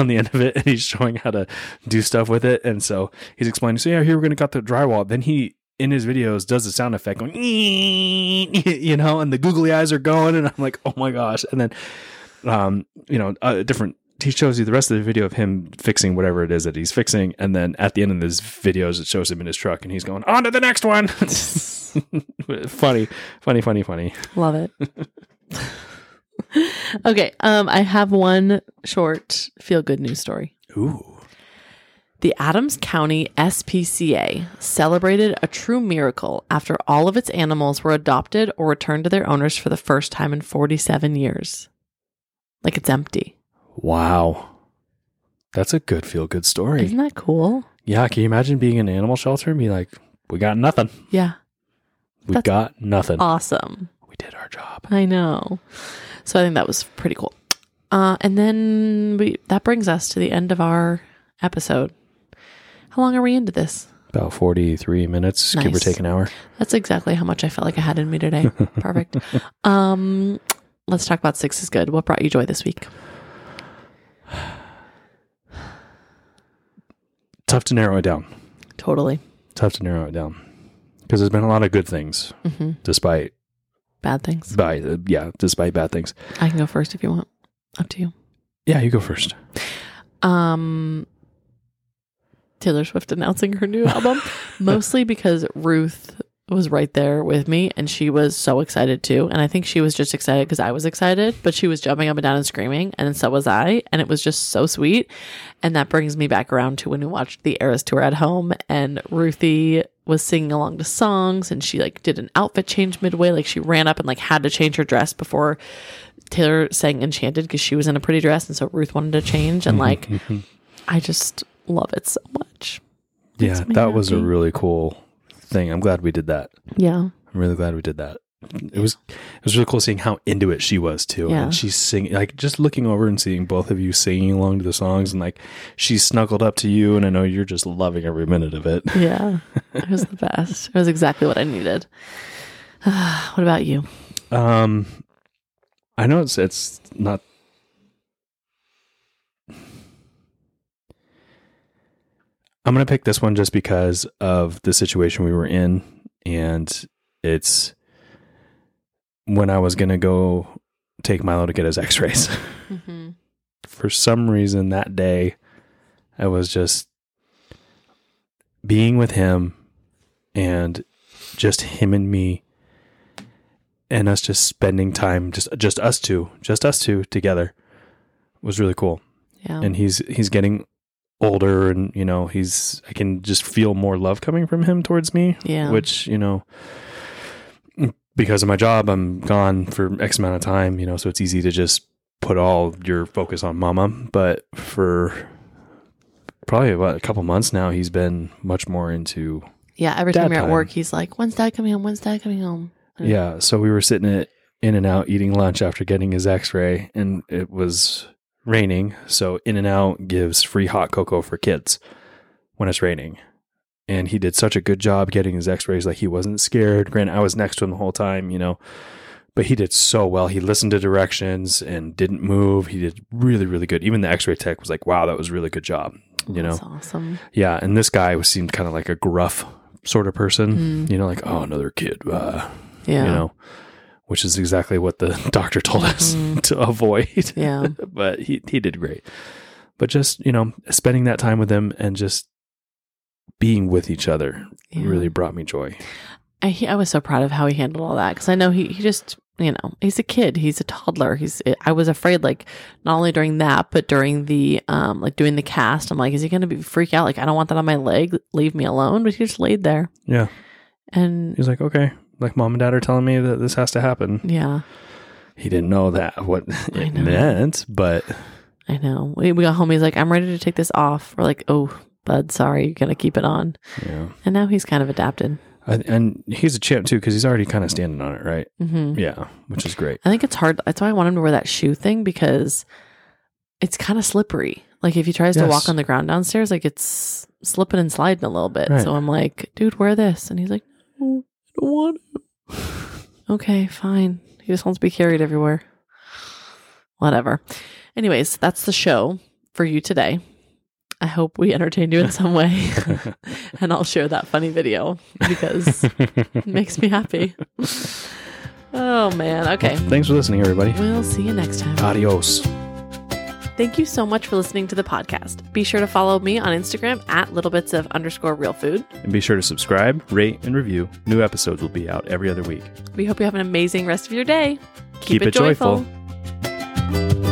[SPEAKER 2] on the end of it, and he's showing how to do stuff with it. And so he's explaining, so yeah, here we're gonna cut the drywall. Then he in his videos does the sound effect going, *laughs* you know, and the googly eyes are going, and I'm like, oh my gosh. And then, um, you know, uh, different. He shows you the rest of the video of him fixing whatever it is that he's fixing, and then at the end of his videos, it shows him in his truck, and he's going on to the next one. *laughs* funny, funny, funny, funny.
[SPEAKER 1] Love it. *laughs* okay, um, I have one short feel good news story.
[SPEAKER 2] Ooh.
[SPEAKER 1] The Adams County SPCA celebrated a true miracle after all of its animals were adopted or returned to their owners for the first time in 47 years. Like it's empty.
[SPEAKER 2] Wow. That's a good feel good story.
[SPEAKER 1] Isn't that cool?
[SPEAKER 2] yeah, can you imagine being in an animal shelter and be like, we got nothing.
[SPEAKER 1] Yeah.
[SPEAKER 2] We
[SPEAKER 1] That's-
[SPEAKER 2] got nothing.
[SPEAKER 1] Awesome.
[SPEAKER 2] we did our job.
[SPEAKER 1] I know. So I think that was pretty cool. Uh, and then we that brings us to the end of our episode. How long are we into this?
[SPEAKER 2] About 43 minutes, give or
[SPEAKER 1] Nice.
[SPEAKER 2] take an hour.
[SPEAKER 1] That's exactly how much I felt like I had in me today. Perfect. Um, let's talk about six is good. What brought you joy this week?
[SPEAKER 2] Tough to narrow it down.
[SPEAKER 1] Totally.
[SPEAKER 2] Tough to narrow it down. Because there's been a lot of good things,
[SPEAKER 1] hmm
[SPEAKER 2] despite,
[SPEAKER 1] Bad things.
[SPEAKER 2] by, yeah, despite bad things.
[SPEAKER 1] I can go first if you want. Up to you.
[SPEAKER 2] Yeah, you go first.
[SPEAKER 1] Um, Taylor Swift announcing her new album, mostly because Ruth was right there with me and she was so excited too. And I think she was just excited because I was excited, but she was jumping up and down and screaming, and so was I. And it was just so sweet. And that brings me back around to when we watched the Eras tour at home and Ruthie was singing along to songs and she like did an outfit change midway. Like she ran up and like had to change her dress before Taylor sang Enchanted because she was in a pretty dress. And so Ruth wanted to change. And like, I just love it so much.
[SPEAKER 2] Yeah,
[SPEAKER 1] Makes me
[SPEAKER 2] that was a
[SPEAKER 1] happy.
[SPEAKER 2] really cool thing. I'm glad we did that.
[SPEAKER 1] Yeah.
[SPEAKER 2] I'm really glad we did that. It was it was really cool seeing how into it she was too.
[SPEAKER 1] Yeah.
[SPEAKER 2] And she's singing like just looking over and seeing both of you singing along to the songs and like she's snuggled up to you and I know you're just loving every minute of it.
[SPEAKER 1] *laughs*
[SPEAKER 2] *laughs*
[SPEAKER 1] Yeah. it was the best. It was exactly what I needed. *sighs* what about you?
[SPEAKER 2] Um I know it's it's not I'm going to pick this one just because of the situation we were in and it's when I was going to go take Milo to get his x-rays. *laughs*
[SPEAKER 1] Mm-hmm.
[SPEAKER 2] for some reason that day I was just being with him and just him and me and us just spending time just just us two, just us two together was really cool.
[SPEAKER 1] Yeah.
[SPEAKER 2] And he's he's getting older and you know, he's I can just feel more love coming from him towards me
[SPEAKER 1] yeah.
[SPEAKER 2] which you know because of my job i'm gone for x amount of time you know so it's easy to just put all your focus on mama but for probably about a couple months now he's been much more into
[SPEAKER 1] yeah. Every
[SPEAKER 2] dad
[SPEAKER 1] time you're at
[SPEAKER 2] time.
[SPEAKER 1] work, he's like, when's dad coming home? When's dad coming home? Mm.
[SPEAKER 2] yeah so we were sitting at in and out eating lunch after getting his x-ray and it was raining so in and out gives free hot cocoa for kids when it's raining and he did such a good job getting his x-rays like he wasn't scared granted i was next to him the whole time you know but he did so well he listened to directions and didn't move he did really really good even the x-ray tech was like wow that was a really good job you know
[SPEAKER 1] That's awesome.
[SPEAKER 2] yeah, and this guy was seemed kind of like a gruff sort of person,
[SPEAKER 1] Mm.
[SPEAKER 2] you know, like oh another kid, uh,
[SPEAKER 1] Yeah.
[SPEAKER 2] you know, *laughs* which is exactly what the *laughs* doctor told us
[SPEAKER 1] Mhm.
[SPEAKER 2] *laughs* to avoid. *laughs*
[SPEAKER 1] Yeah.
[SPEAKER 2] but he he did great. But just you know, spending that time with him and just being with each other
[SPEAKER 1] Yeah.
[SPEAKER 2] really brought me joy.
[SPEAKER 1] I, he, I was so proud of how he handled all that because I know he, he just you know he's a kid he's a toddler he's eh, I was afraid like not only during that but during the um like doing the cast I'm like is he gonna be freak out like I don't want that on my leg leave me alone but he just laid there
[SPEAKER 2] Yeah,
[SPEAKER 1] and
[SPEAKER 2] he's like okay, like mom and dad are telling me that this has to happen.
[SPEAKER 1] yeah
[SPEAKER 2] He didn't know that *laughs* what
[SPEAKER 1] I
[SPEAKER 2] it
[SPEAKER 1] know.
[SPEAKER 2] meant, but
[SPEAKER 1] I know we, we got home he's like I'm ready to take this off we're like oh bud sorry you're gonna keep it on
[SPEAKER 2] yeah,
[SPEAKER 1] and now he's kind of adapted
[SPEAKER 2] I, and he's a champ too because he's already kind of standing on it, right?
[SPEAKER 1] hmm
[SPEAKER 2] Yeah, which is great.
[SPEAKER 1] I think it's hard. That's why I want him to wear that shoe thing because it's kind of slippery. Like if he tries to
[SPEAKER 2] Yes.
[SPEAKER 1] walk on the ground downstairs, like it's slipping and sliding a little bit.
[SPEAKER 2] Right.
[SPEAKER 1] So I'm like, dude, wear this, and he's like, no, I don't want. to." *laughs* okay, fine. He just wants to be carried everywhere. Whatever. Anyways, that's the show for you today. I hope we *laughs* entertained you in some way,
[SPEAKER 2] *laughs*
[SPEAKER 1] *laughs* and I'll share that funny video because it makes me
[SPEAKER 2] *laughs*
[SPEAKER 1] happy. Oh man. Okay.
[SPEAKER 2] Thanks for listening, everybody.
[SPEAKER 1] We'll see you next time.
[SPEAKER 2] Adios.
[SPEAKER 1] Thank you so much for listening to the podcast. Be sure to follow me on Instagram at little bits of underscore real food.
[SPEAKER 2] And be sure to subscribe, rate, and review. New episodes will be out every other week.
[SPEAKER 1] We hope you have an amazing rest of your day.
[SPEAKER 2] Keep it joyful.
[SPEAKER 1] joyful.